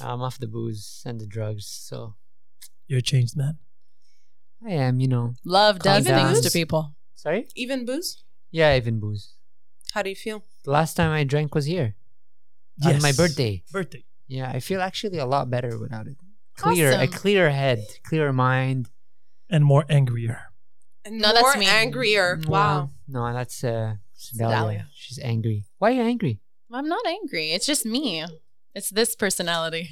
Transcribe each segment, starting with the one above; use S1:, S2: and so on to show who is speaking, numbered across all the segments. S1: I'm off the booze and the drugs, so
S2: You're a changed man.
S1: I am, you know.
S3: Love
S1: Calm
S3: does things
S1: down.
S3: to people.
S1: Sorry?
S4: Even booze?
S1: Yeah, even booze.
S4: How do you feel?
S1: The last time I drank was here on my birthday.
S2: Birthday.
S1: Yeah, I feel actually a lot better without it. Clear, a
S3: Awesome.
S1: clearer head, clearer mind.
S2: And more angrier.
S4: And
S3: No, that's
S4: more
S3: me.
S4: angrier. Wow.
S1: No, no, that's uh, Sedalia.
S3: Sedalia.
S1: She's angry. Why are you angry?
S3: I'm not angry. It's just me. It's this personality.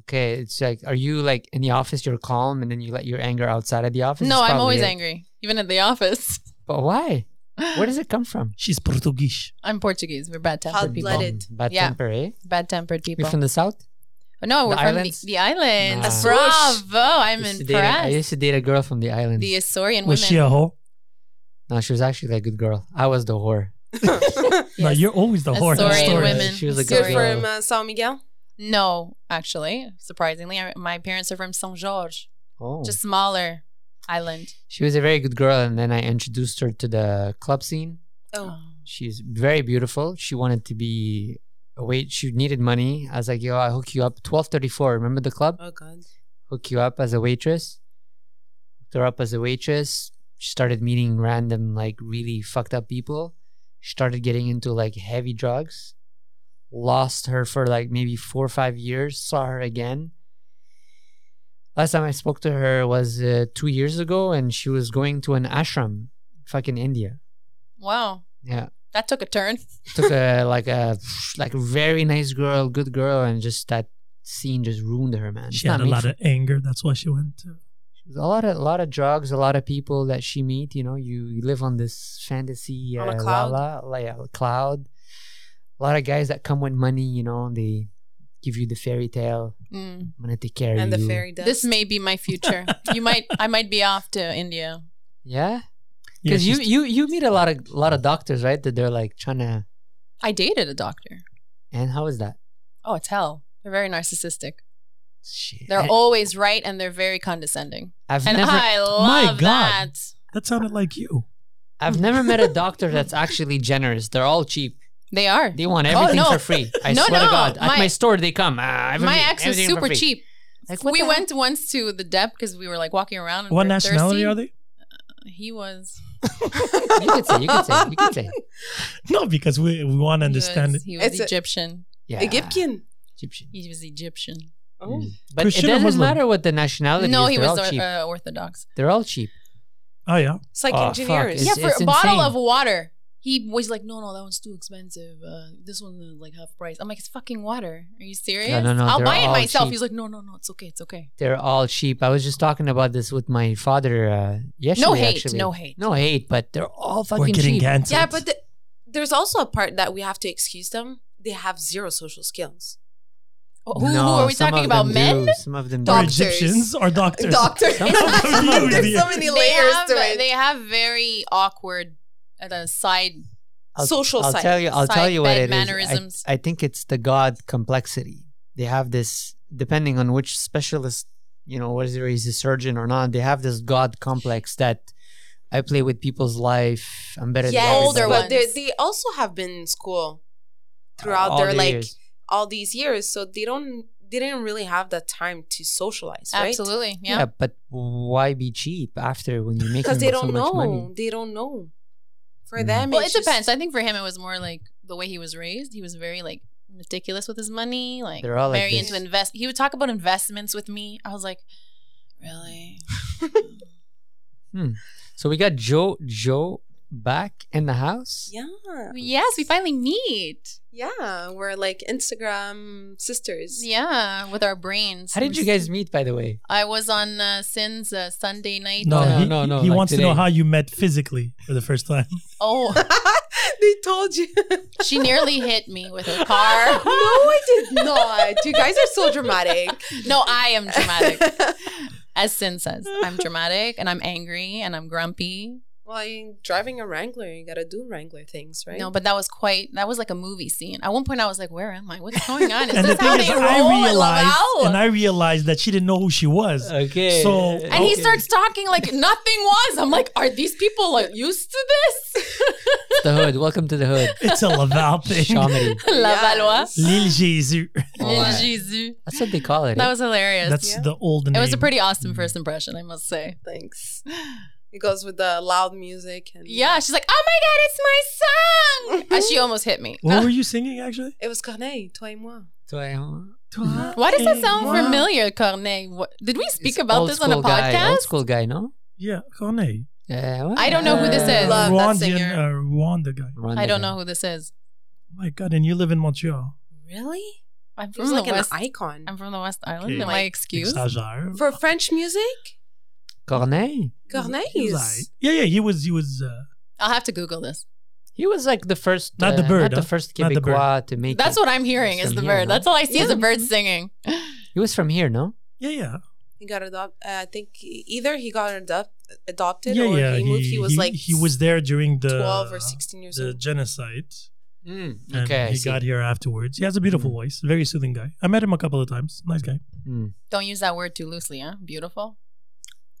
S1: Okay, it's like, are you like in the office? You're calm, and then you let your anger outside of the office.
S3: no,
S1: It's
S3: I'm
S1: probably
S3: always
S1: it.
S3: angry, even at the office.
S1: But why? Where does it come from?
S2: She's Portuguese.
S3: I'm Portuguese. We're bad tempered people.
S4: Hot-blooded. Blooded.
S1: Bad
S3: Yeah.
S1: temper, eh?
S3: Bad tempered people.
S1: You're from the south.
S3: no, we're
S1: the
S3: from
S1: islands?
S3: the, the
S1: Nah.
S3: islands. Bravo! I'm
S1: used to date a- I
S3: impressed.
S1: used to date a girl from the island.
S3: The Asorian
S2: Was she
S3: women.
S2: a hoe?
S1: no, she was actually a good girl. I was the whore.
S2: No,
S3: Yes.
S2: you're always the whore. in
S3: Sorry, Azorean
S2: stories.
S3: women.
S1: She was a
S4: You're
S1: good
S3: Sorry.
S1: girl.
S4: from uh, São Miguel?
S3: No, actually, surprisingly, I, my parents are from Saint Georges,
S1: oh.
S3: just smaller island.
S1: she was a very good girl, and then I introduced her to the club scene.
S4: Oh.
S1: She's very beautiful. She wanted to be a wait. She needed money. I was like, yo, I hook you up. Twelve thirty four. Remember the club?
S4: Oh, God.
S1: hook you up as a waitress. Hooked her up as a waitress. She started meeting random, like really fucked up people. She started getting into like heavy drugs. Lost her for like maybe four or five years. Saw her again. Last time I spoke to her was uh, two years ago, and she was going to an ashram, fucking India.
S3: Wow,
S1: Yeah,
S3: that took a turn.
S1: took a like a like very nice girl, good girl, and just that scene just ruined her, man. It's
S2: She had
S1: not
S2: a
S1: made
S2: lot
S1: for-
S2: of anger. That's why she went to.
S1: a lot of a lot of drugs, a lot of people that she meet. You know, you, you live on this fantasy
S4: On a
S1: uh,
S4: cloud.
S1: la- la- yeah, cloud. A lot of guys that come with money. You know, they give you the fairy tale.
S3: Mm.
S1: I'm gonna take care of
S4: And the
S1: you.
S4: fairy dust.
S3: This may be my future. you might, I might be off to India.
S1: Yeah,
S2: Yeah,
S1: because
S2: she's-
S1: you you you meet a lot of lot of doctors, right? That they're like trying to.
S3: I dated a doctor.
S1: And how is that?
S3: Oh, it's hell. They're very narcissistic.
S1: Shit.
S3: They're
S1: I,
S3: always right and they're very condescending.
S1: I've
S3: And
S1: never
S3: I
S2: My
S3: love
S2: God.
S3: that.
S2: that sounded like you.
S1: I've never met a doctor that's actually generous. They're all cheap.
S3: They are.
S1: They want
S3: Oh,
S1: everything
S3: no.
S1: for free. I
S3: No,
S1: swear
S3: no.
S1: to God, at
S3: My-
S1: my store they come. Uh, everything-
S3: My ex was
S1: everything for
S3: super
S1: free.
S3: cheap.
S1: Like, what
S3: we
S1: the hell?
S3: went once to the dep because we were like walking around. And
S2: What
S3: we were
S2: nationality
S3: thirsty.
S2: are they?
S3: He was.
S1: You could say. You could say. You could say.
S2: No, because we, we want to
S3: he
S2: understand
S3: was,
S2: it.
S3: he was
S4: It's a-
S3: Egyptian.
S1: Yeah.
S4: Egyptian.
S1: Egyptian. Mm.
S3: he was Egyptian.
S4: Oh.
S1: But
S2: Christian
S1: it
S2: or
S1: doesn't
S2: Muslim?
S1: matter what the nationality
S3: No,
S1: is.
S3: he
S1: They're
S3: was
S1: all cheap.
S3: or, uh, Orthodox.
S1: They're all cheap.
S2: Oh, yeah.
S4: It's like
S1: Oh, fuck,
S4: engineers.
S1: It's-
S3: yeah, for
S1: it's
S3: a bottle
S1: insane.
S3: of water. He was like, no, no, that one's too expensive. Uh, this one is like half price. I'm like, it's fucking water. Are you serious?
S1: no, no,
S3: I'll
S1: they're
S3: buy it
S1: all
S3: myself.
S1: cheap.
S3: He's like, no, no, no, it's okay, it's okay.
S1: They're all cheap. I was just talking about this with my father uh, yesterday.
S3: No hate,
S1: actually.
S3: no hate.
S1: No hate, but they're all
S2: We're
S1: fucking
S2: getting
S1: cheap.
S2: canceled.
S4: Yeah, but the, there's also a part that we have to excuse them. They have zero social skills.
S3: Who, Oh, who
S1: No,
S3: are we
S1: some
S3: talking
S1: of
S3: about?
S1: them
S3: Men?
S1: do. Some of them do.
S2: Or
S4: Doctors.
S2: Egyptians or doctors.
S4: Doctor.
S1: Some of them do.
S4: There's so many layers
S3: have,
S4: to it.
S3: They have very awkward uh, side.
S1: I'll-
S4: social
S1: I'll
S4: side.
S1: tell you. I'll tell
S3: side
S1: you what
S3: bed
S1: it is.
S3: mannerisms.
S1: I, I think it's the god complexity. They have this, depending on which specialist, you know, whether he's a surgeon or not, they have this god complex that I play with people's life. I'm better
S4: Yes,
S1: than
S3: older
S1: everybody.
S3: ones.
S4: but they, they also have been in school throughout
S1: All
S4: their
S1: the
S4: like
S1: years.
S4: all these years, so they don't they didn't really have the time to socialize, right?
S3: Absolutely.
S1: Yeah.
S3: Yeah.
S1: but why be cheap after when you're making
S4: because they
S1: so
S4: don't
S1: much
S4: know.
S1: money?
S4: They don't know. For
S1: Mm.
S4: them,
S3: Well, it
S4: it's
S3: depends.
S4: Just,
S3: I think for him, it was more like the way he was raised. He was very like meticulous with his money. Like
S1: They're all like
S3: very
S1: this.
S3: into invest. He would talk about investments with me. I was like, really?
S1: So we got Joe Joe back in the house.
S4: yeah,
S3: yes, we finally meet.
S4: yeah, we're like Instagram sisters.
S3: Yeah, with our brains.
S1: How did you guys meet, by the way?
S3: I was on uh, Sin's uh, Sunday night.
S2: No,
S3: uh,
S2: he,
S1: no, no,
S2: he
S1: like
S2: wants to know
S1: today.
S2: how you met physically for the first time.
S3: oh,
S4: they told you.
S3: she nearly hit me with her car.
S4: no, I did not. You guys are so dramatic.
S3: No, I am dramatic. As Sin says, I'm dramatic and I'm angry and I'm grumpy.
S4: well, you're driving a Wrangler, you gotta do Wrangler things, right?
S3: No, but that was quite, that was like a movie scene. At one point, I was like, where am I? What's going on? Is
S2: and the
S3: this how
S2: thing
S3: they
S2: is,
S3: roll
S2: I realized,
S3: at
S2: and
S3: Laval?
S2: I realized that she didn't know who she was.
S1: Okay.
S2: So-
S1: Okay.
S3: And he starts talking like nothing was. I'm like, are these people like used to this?
S1: It's the hood. Welcome to the hood.
S2: It's a Laval thing.
S1: Comedy.
S3: La Valois.
S2: Lille Jésus.
S1: Oh,
S3: Lil
S1: I-
S3: Jésus.
S1: That's what they call it.
S3: That was hilarious.
S2: That's
S4: Yeah.
S2: the old name.
S3: it was a pretty awesome
S2: Mm.
S3: first impression, I must say.
S4: Thanks. It goes with the loud music and
S3: Yeah, she's like, oh my God, it's my song. and she almost hit me.
S2: What were you singing actually?
S4: It was Corneille, toi et moi.
S1: So I- uh,
S3: Why does that
S2: Eh,
S3: sound
S2: moi.
S3: familiar, Corneille? What, did we speak
S1: It's
S3: about
S1: old
S3: this on a
S1: school guy,
S3: podcast?
S1: Old school guy, no?
S2: Yeah, Corneille.
S1: Yeah. well,
S3: I don't know who this is.
S4: Love that
S2: Rwandan,
S4: singer.
S2: uh, Rwanda guy. Oh
S1: Run
S3: I
S1: the
S3: don't
S1: guy.
S3: know who this is.
S2: my God, and you live in Montreal.
S4: Really?
S3: I'm
S4: He
S3: from
S4: was
S3: the
S4: like an
S3: West.
S4: icon.
S3: I'm from the West Island.
S2: Okay.
S3: Am I
S4: Like,
S3: excused?
S2: Stagiaire.
S4: For French music?
S1: Corneille.
S4: Corneille
S2: He was
S4: is
S2: aight. Yeah, yeah, he was. He was. Uh,
S3: I'll have to Google this.
S1: He was like the first.
S2: Not the
S1: uh,
S2: bird,
S1: Not
S2: huh?
S1: the first
S2: Not the bird.
S1: Quebecois to make.
S3: That's
S1: it.
S3: what I'm hearing
S1: It's
S3: is the
S1: from here,
S3: bird.
S1: no?
S3: That's all I see is
S4: Yeah.
S3: the bird singing.
S1: He was from here, no?
S2: yeah, yeah.
S4: he got adopted. Uh, I think he- either he got adopt- adopted
S2: yeah,
S4: or
S2: yeah.
S4: he moved. He, was like
S2: he was there during the
S4: 12 or 16 years
S2: the
S4: old.
S2: genocide. Mm, And
S1: okay. I
S2: he
S1: see.
S2: got here afterwards. He has a beautiful
S1: Mm.
S3: Hmm.
S2: voice. Very soothing guy. I met him a couple of times. Nice guy.
S1: Mm.
S3: Don't use that word too loosely, huh? Beautiful.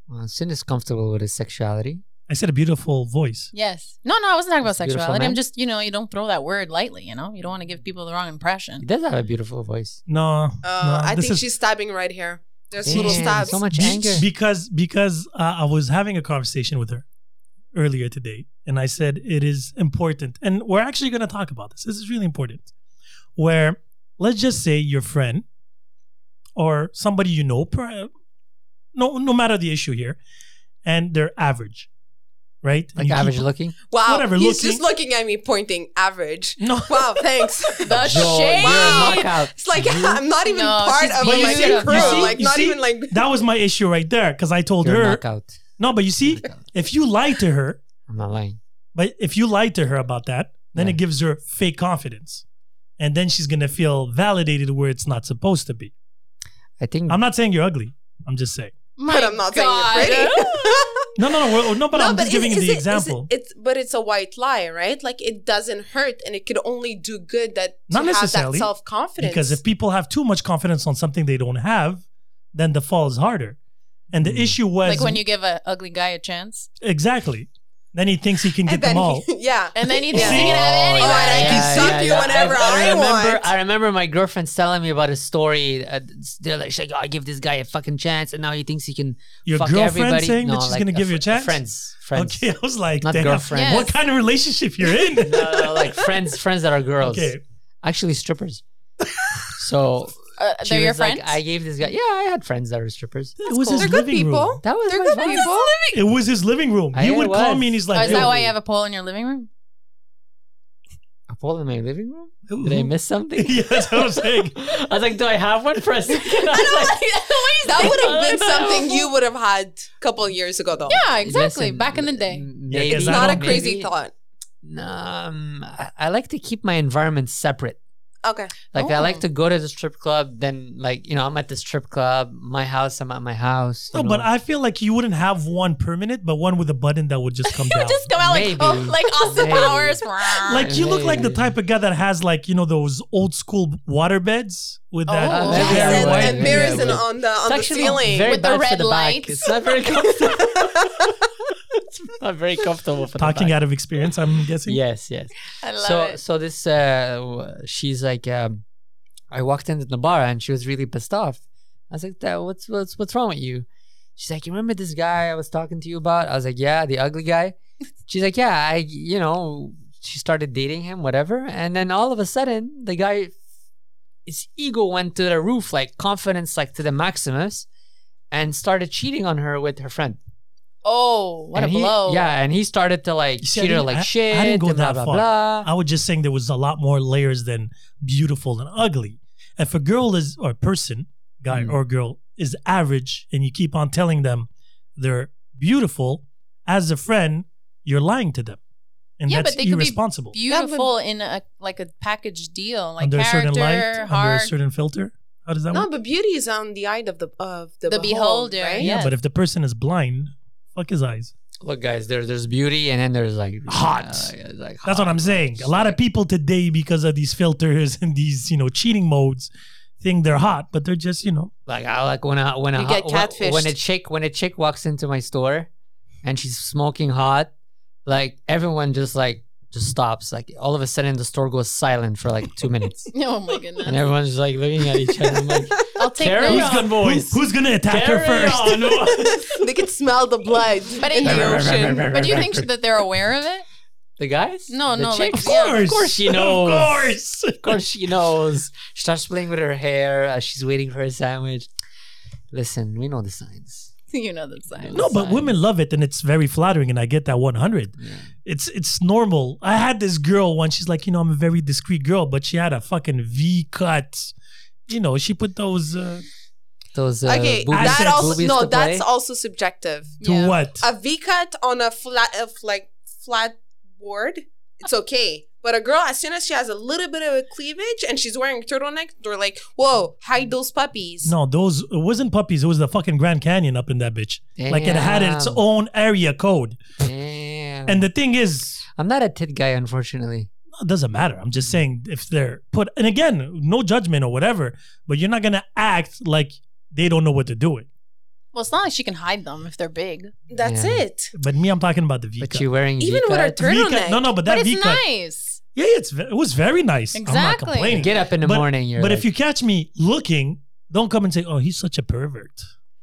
S1: Well, Sin is comfortable with his sexuality.
S2: I said a beautiful voice.
S3: Yes. No, no, I wasn't talking about
S1: It's a beautiful
S3: sexuality. I'm
S1: man.
S3: just, you know, you don't throw that word lightly, you know? You don't want to give people the wrong
S1: He
S3: impression.
S1: does have a beautiful voice.
S2: No,
S4: Uh,
S2: no,
S4: I
S2: this
S4: think
S2: is-
S4: she's stabbing right here. There's
S1: Damn,
S4: little stabs.
S1: so much
S2: Be-
S1: anger.
S2: because because uh, I was having a conversation with her earlier today, and I said it is important, and we're actually going to talk about this. This is really important. Where let's just say your friend or somebody you know, per, no no matter the issue here, and they're average, right? And
S1: Like
S2: you keep-
S1: average looking.
S4: Wow,
S2: Whatever,
S4: he's
S2: looking-
S4: just looking at me, pointing average.
S2: No,
S4: Wow, thanks.
S3: The
S1: Joel, you're a
S3: shade!
S1: knockout.
S4: it's like
S1: You-
S4: I'm not even
S3: No,
S4: part
S3: she's
S4: of
S2: But you
S4: like
S2: see-
S4: the
S2: you
S4: crew.
S2: see-
S4: like
S2: you
S4: not
S2: see-
S4: even like.
S2: that was my issue right there because I told
S1: You're a
S2: her
S1: knockout.
S2: no, but you see, if you lie to her,
S1: I'm not lying.
S2: But if you lie to her about that, then
S1: Yeah.
S2: it gives her fake confidence. And then she's going to feel validated where it's not supposed to be.
S1: I
S4: Hmm.
S1: think
S2: I'm not saying you're ugly. I'm just saying.
S3: My
S4: but I'm not saying you're
S3: God.
S4: pretty.
S2: No, no, no. we're- No, but I'm just
S4: is-
S2: giving you
S4: is
S2: the
S4: it- is
S2: example.
S4: It, it's but it's a white lie, right? Like it doesn't hurt, and it could only do good. That
S2: Not
S4: to have that
S2: necessarily,
S4: self confidence.
S2: because if people have too much confidence on something they don't have, then the fall is harder. And the
S4: Hmm.
S1: Mm.
S2: issue was
S3: Like when you give an ugly guy a chance.
S2: exactly. Then he thinks he can get them all.
S4: yeah,
S3: And then he thinks
S2: Yeah.
S3: he can have
S4: Oh, I
S3: anybody.
S4: can
S3: Yeah.
S4: suck you whenever I
S1: remember,
S4: want.
S1: I remember my girlfriend's telling me about a story. Uh, they're like, she's like, oh, I give this guy a fucking chance, and now he thinks he can
S2: Your
S1: fuck
S2: girlfriend
S1: everybody.
S2: saying
S1: no,
S2: that she's
S1: like uh,
S2: going to give
S1: fr-
S2: you a chance.
S1: Friends, friends.
S2: Okay, I was like,
S1: Not
S2: damn,
S1: girlfriend.
S3: Yes.
S2: what kind of relationship you're in?
S1: no, no, no, like friends, friends that are girls.
S2: okay,
S1: Actually, strippers. So
S3: Uh,
S1: she
S3: they're your
S1: was like,
S3: friends?
S1: I gave this guy. Yeah, I had friends that were strippers.
S2: it was
S3: cool.
S2: his
S4: They're good
S2: living room.
S4: people.
S1: That was
S4: They're
S1: my
S4: good
S1: friend.
S4: people.
S2: It was his living room.
S1: I-
S2: he
S1: it
S2: would call
S1: was.
S2: me and he's
S3: oh,
S2: like,
S3: is that
S2: "Yo,
S3: why you have a pole in your living room?
S1: A pole in my living room?
S2: Who-
S1: Did I
S2: who-
S1: miss something?
S2: yeah, that's what I'm saying.
S1: Mm-hmm. I was like, do I have one for a second? I was like,
S4: that would have been
S1: I know.
S4: something you would have had a couple of years ago, though.
S3: Yeah, exactly.
S1: Listen,
S3: Back in the day.
S1: m-
S2: Yeah,
S1: Maybe,
S2: It's
S4: it's
S2: I
S4: not a
S2: don't-
S4: crazy
S1: maybe-
S4: thought.
S1: Um, I, I like to keep my environment separate.
S4: Okay,
S1: Like I like
S3: Oh.
S1: to go to the strip club, then like you know I'm at the strip club, my house, I'm at my house.
S2: No,
S1: you
S2: but
S1: know.
S2: I feel like you wouldn't have one permanent, but one with a button that would just come down.
S3: Just come out like,
S1: Maybe.
S3: oh, like Austin
S1: Maybe.
S3: Powers.
S2: like you look like the
S1: Hey.
S2: type of guy that has like you know those old school water beds with that.
S3: Oh,
S2: very
S1: Yes,
S4: yes, and,
S1: white,
S4: and
S1: yeah,
S4: uh, mirrors
S1: yeah,
S4: in-
S1: yeah.
S4: on the on
S1: it's
S4: the
S1: actually
S4: ceiling.
S1: very
S3: with the
S1: bad for
S3: red
S1: the back.
S3: lights.
S1: It's not very comfortable. it's not very comfortable for
S2: Talking
S1: the back.
S2: out of experience, I'm guessing.
S1: Yes, yes.
S3: I love
S1: so
S3: it.
S1: so this uh w- she's like um I walked into the bar and she was really pissed off. I was like, "That- what's what's what's wrong with you? She's like, You remember this guy I was talking to you about? I was like, Yeah, the ugly guy. She's like, Yeah, I you know, she started dating him, whatever, and then all of a sudden the guy his ego went to the roof, like confidence like to the maximus, and started cheating on her with her friend.
S3: Oh, what
S1: And
S3: a
S1: he-
S3: blow.
S1: Yeah, and he started to like
S2: You see, I
S1: treat her
S2: didn't-
S1: like
S2: I- I
S1: shit.
S2: didn't go
S1: and blah,
S2: that
S1: blah,
S2: far.
S1: blah.
S2: I was just saying there was a lot more layers than beautiful and ugly. If a girl is or person, guy
S1: Mm.
S2: or girl is average, and you keep on telling them they're beautiful, as a friend, you're lying to them, and
S3: Yeah,
S2: that's
S3: but they could be
S2: irresponsible.
S3: Beautiful in a like a package deal, like
S2: under a certain
S3: character,
S2: light, under a
S3: heart.
S2: certain filter. How does that
S4: No,
S2: work?
S4: but beauty is on the eye of the of the,
S3: The
S4: behold,
S3: beholder,
S4: right?
S2: Yeah,
S3: yes.
S2: but if the person is blind, fuck his eyes.
S1: Look, guys, there, there's beauty, and then there's like
S2: Hot.
S1: yeah, like
S2: That's what I'm saying. A lot of people today, because of these filters and these you know cheating modes, think they're hot, but they're just you know.
S1: Like I like when a when a
S4: You get
S1: hot- when- when a
S4: catfished.
S1: chick when a chick walks into my store, and she's smoking hot, like everyone just like just stops. Like all of a sudden, the store goes silent for like two minutes,
S3: Oh my
S1: and
S3: goodness.
S1: everyone's just like looking at each other. I'm like,
S3: I'll take um,
S1: Carry
S3: notes.
S1: on.
S2: Who's gonna,
S1: Who's-
S2: who's gonna attack her
S1: Carry
S2: first?
S4: they can smell the blood
S3: But
S4: in
S3: in
S4: the
S3: your-
S4: ocean.
S3: But do you think that they're aware of it?
S1: the guys?
S3: No,
S1: The
S3: no, like-
S1: chicks?
S3: Of Yeah,
S1: of course she knows.
S2: Of course.
S1: Of course she knows. She starts playing with her hair as she's waiting for her sandwich. Listen, we know the signs.
S3: You know that sign.
S2: No, but
S1: Sign.
S2: women love it, and it's very flattering, and I get that 100.
S1: Yeah.
S2: It's it's normal. I had this girl once. She's like, you know, I'm a very discreet girl, but she had a fucking V cut. You know, she put those uh,
S1: Those uh,
S4: okay,
S1: boobies,
S2: I
S4: that
S2: said
S4: also
S1: boobies
S4: no,
S1: to
S4: that's
S1: play.
S4: also subjective.
S2: to
S3: Yeah.
S2: what?
S4: A V cut on a flat, of like flat board, it's okay. But a girl, as soon as she has a little bit of a cleavage and she's wearing a turtleneck, they're like, "Whoa, hide those puppies."
S2: no, those it wasn't puppies. It was the fucking Grand Canyon up in that bitch. Like it had its
S1: Damn.
S2: own area code.
S1: Damn.
S2: And the thing is,
S1: I'm not a tit guy, unfortunately.
S2: it doesn't matter. I'm
S1: Mm.
S2: just saying if they're put, and again, no judgment or whatever, but you're not gonna act like they don't know what to do it.
S3: Well, it's not like she can hide them if they're big.
S4: That's
S1: Yeah.
S4: it.
S2: But me, I'm talking about the V
S1: But
S2: cut.
S1: you're wearing
S4: Even with her
S1: V-cut.
S2: V
S4: turtleneck,
S2: cut, no, no, but that
S3: but
S2: V
S3: it's
S2: cut,
S3: nice.
S2: yeah, it's ve- it was very nice. I'm not
S3: Exactly.
S2: complaining.
S1: Get up in the
S2: But-
S1: morning. You're
S2: but
S1: like,
S2: if you catch me looking, don't come and say, "Oh, he's such a pervert."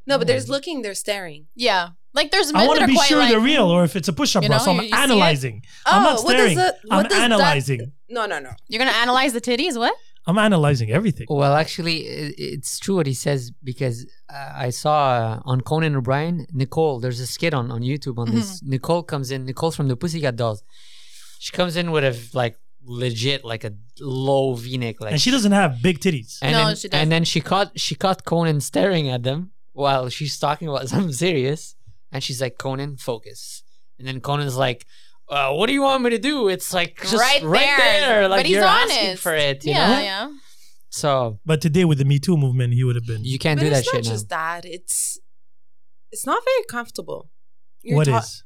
S4: No, but there's looking, they're staring.
S3: Yeah. Like there's men
S2: I want
S3: that
S2: to
S3: are
S2: be
S3: quite
S2: sure
S3: like, hmm,
S2: they're real, or if it's a push-up
S3: You
S2: bra.
S3: know,
S2: So I'm
S3: you- you see it? Oh,
S2: analyzing. I'm not
S4: Oh, what does
S2: staring.
S4: that- what
S2: I'm
S4: does that-
S2: analyzing.
S4: No, no, no.
S3: You're gonna analyze the titties? What?
S2: I'm analyzing everything.
S1: well, actually, i it's true what he says because uh, I saw uh, on Conan O'Brien, Nicole, there's a skit on, on YouTube on this.
S2: Mm-hmm.
S1: Nicole comes in, Nicole from the Pussycat Dolls. She comes in with a like legit, like a low v neck. Like,
S2: and she doesn't have big titties.
S1: and
S3: No,
S1: then,
S3: she doesn't.
S1: And then she caught, she caught Conan staring at them while she's talking about something serious. And she's like, Conan, focus. And then Conan's like, uh, what do you want me to do? It's like just right, there. Like
S3: but he's
S1: you're
S3: honest
S1: asking for it, you
S3: yeah,
S1: know?
S3: yeah.
S1: So but
S2: But today with the Me Too movement, he would have been.
S1: you can't
S4: but
S1: do that
S4: it's
S1: shit
S4: not
S1: now.
S4: just that. It's it's not very comfortable. You're
S2: What is?
S4: ta-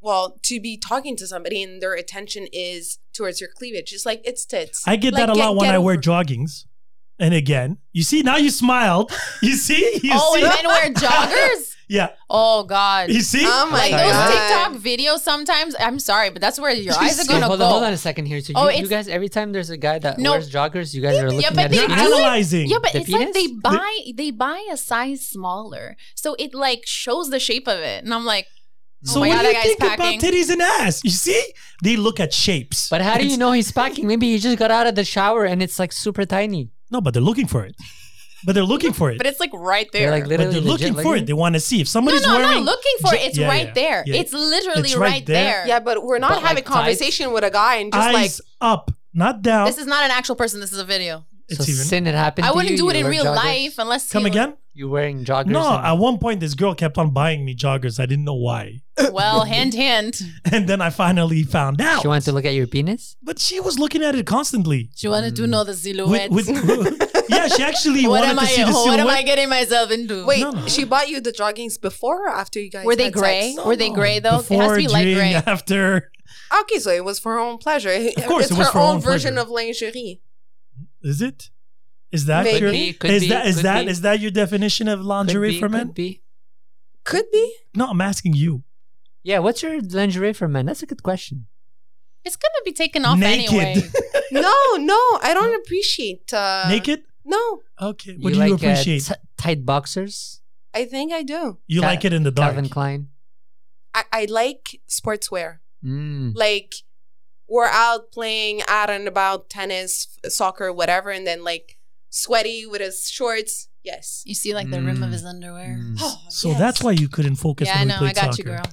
S4: well to be talking to somebody and their attention is towards your cleavage. It's like it's tits.
S2: I get
S4: Like,
S2: that a lot when
S4: get
S2: I wear
S4: over-
S2: joggings. And again, you see now you smiled. You see, you
S3: oh,
S2: see,
S3: and men wear joggers?
S2: yeah,
S3: Oh god.
S2: you see.
S4: Oh my
S3: like
S1: Sorry.
S3: those
S4: god!
S3: TikTok videos sometimes. I'm sorry, but that's where your eyes are
S1: Okay,
S3: gonna
S1: Oh, hold
S3: go.
S1: on, hold on a second here. So
S3: Oh,
S1: you, you
S3: it's-
S1: guys, every time there's a guy that
S3: No.
S1: wears joggers, you guys are looking
S3: but
S1: at
S3: they
S1: his
S2: You're
S3: do
S1: penis.
S3: it.
S2: analyzing.
S3: Yeah, but
S1: The
S3: it's like they
S1: penis?
S3: buy they buy a size smaller, so it like shows the shape of it, and I'm like, oh
S2: so
S3: my
S2: what
S3: God,
S2: do you
S3: that guy's
S2: think
S3: packing.
S2: about titties and ass? You see, they look at shapes.
S1: But how do you
S2: It's-
S1: know he's packing? Maybe he just got out of the shower and it's like super tiny.
S2: No, but they're looking for it. But they're looking for it.
S3: but it's like right
S1: They're
S3: there.
S1: like
S2: But
S1: literally
S2: they're
S1: legit
S2: looking for it. They want to see if
S3: no,
S2: somebody's
S3: no,
S2: wearing.
S3: not looking for
S2: jo-
S3: it. It's
S2: Yeah,
S3: right
S2: yeah,
S3: there.
S2: yeah.
S3: It's literally
S2: It's right
S3: right,
S2: there.
S3: there.
S4: Yeah, but we're not
S1: But, like,
S4: having
S1: tight.
S4: conversation with a guy and just
S2: Eyes up, not down.
S3: This is not an actual person. This is a video.
S1: So
S2: it's even.
S1: sin it happened.
S3: I
S1: to
S3: wouldn't
S1: you,
S3: do it
S1: you
S3: in
S1: wear
S3: real
S1: joggers.
S3: life unless
S2: Come
S3: you,
S2: again?
S1: You wearing joggers?
S2: No.
S1: and-
S2: At one point, this girl kept on buying me joggers. I didn't know why,
S3: Well, hint, hint.
S2: and then I finally found out.
S1: She wanted to look at your penis?
S2: But she was looking at it constantly.
S3: She wanted to know the
S2: With,
S3: silhouette.
S2: with, yeah, she actually
S3: what
S2: wanted
S3: am
S2: to
S3: I?
S2: see the
S3: What am I
S2: silhouette.
S3: getting myself into?
S4: Wait,
S2: No, no.
S4: she bought you the joggings before or after you guys
S3: were they
S4: had sex?
S3: gray?
S2: No,
S3: were they
S2: no.
S3: gray though? it has to be light
S2: during,
S3: gray.
S2: After,
S4: Okay, so it was for her own pleasure. Of
S2: course,
S4: it's
S2: it was
S4: her
S2: for her
S4: own
S2: own
S4: version
S2: pleasure.
S4: of lingerie.
S2: is it? Is that
S4: Maybe.
S2: your?
S1: Could be, could
S2: is
S1: be,
S2: that is
S1: could
S2: that
S1: be.
S2: is that your definition of
S1: Could
S2: lingerie
S1: be,
S2: for
S1: could
S2: men?
S1: be.
S4: Could be.
S2: No, I'm asking you.
S1: Yeah, what's your lingerie for men? That's a good question.
S3: It's gonna be taken off
S2: naked,
S3: anyway.
S4: No, no, I don't appreciate. Uh,
S2: naked.
S4: No,
S2: Okay. What do you
S1: like, uh,
S2: appreciate?
S1: t- tight boxers?
S4: I think I do.
S2: you
S1: Ca-
S2: like it in the dark.
S1: Calvin Klein.
S4: I, I like sportswear.
S1: Mm.
S4: like we're out playing out and about tennis, f- soccer, whatever, and then like sweaty with his shorts. Yes. Oh,
S3: You see, like the rim of
S1: Mm.
S3: his underwear.
S1: Mm.
S2: So that's why you couldn't focus
S3: Yeah, I
S2: when we
S3: know. I
S2: played
S3: got
S2: soccer.
S3: you, girl.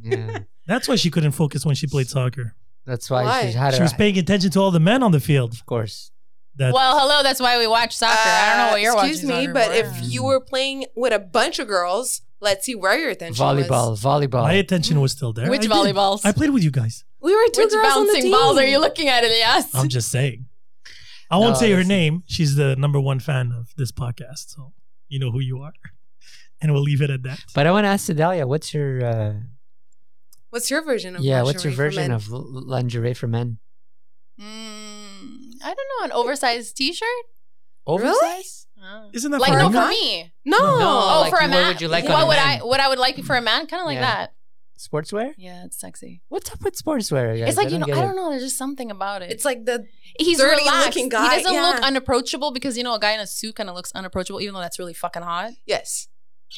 S1: Yeah.
S2: That's why she couldn't focus when she played soccer.
S1: That's why,
S4: Why?
S1: she had her
S2: She was
S1: eye-
S2: paying attention to all the men on the field.
S1: Of course.
S2: That
S3: Well, hello. That's why we watch soccer. I don't know what you're
S4: Uh,
S3: watching.
S4: Excuse me,
S3: soccer
S4: but
S3: for.
S4: if
S1: Mm.
S4: you were playing with a bunch of girls, let's see where your attention
S1: Volleyball,
S4: was.
S1: volleyball.
S2: my attention was still there.
S3: Which
S2: I did.
S3: volleyballs?
S2: I played with you guys.
S4: We were two
S3: which
S4: girls on the
S3: bouncing
S4: team.
S3: balls are you looking at, Elias?
S2: I'm just saying. I won't
S1: No,
S2: say her
S1: listen.
S2: name. She's the number one fan of this podcast, so you know who you are. And we'll leave it at that.
S1: but I want to ask Sedalia, what's your uh,
S4: What's your version of
S1: yeah? What's your
S4: lingerie for
S1: version
S4: men?
S1: of l- lingerie for men?
S3: Mm, I don't know. An oversized T-shirt.
S1: Oversize?
S3: Oh.
S2: Isn't that
S3: Like
S2: for
S3: no,
S2: a
S3: for
S2: guy?
S3: me.
S4: No.
S1: No.
S3: Oh,
S1: like
S3: for a
S1: you-
S3: man.
S1: what would you like on
S3: what
S1: a
S3: would
S1: man?
S3: I? What I would like for a man? Kind of like
S1: Yeah.
S3: that.
S1: Sportswear?
S3: Yeah, it's sexy.
S1: What's up with sportswear? Guys?
S3: it's like you know,
S1: get
S3: I
S1: it.
S3: don't know. There's just something about it.
S4: It's like the
S3: he's
S4: dirty
S3: relaxed.
S4: looking guy,
S3: He doesn't look
S4: yeah.
S3: unapproachable because you know a guy in a suit kind of looks unapproachable, even though that's really fucking hot.
S4: yes,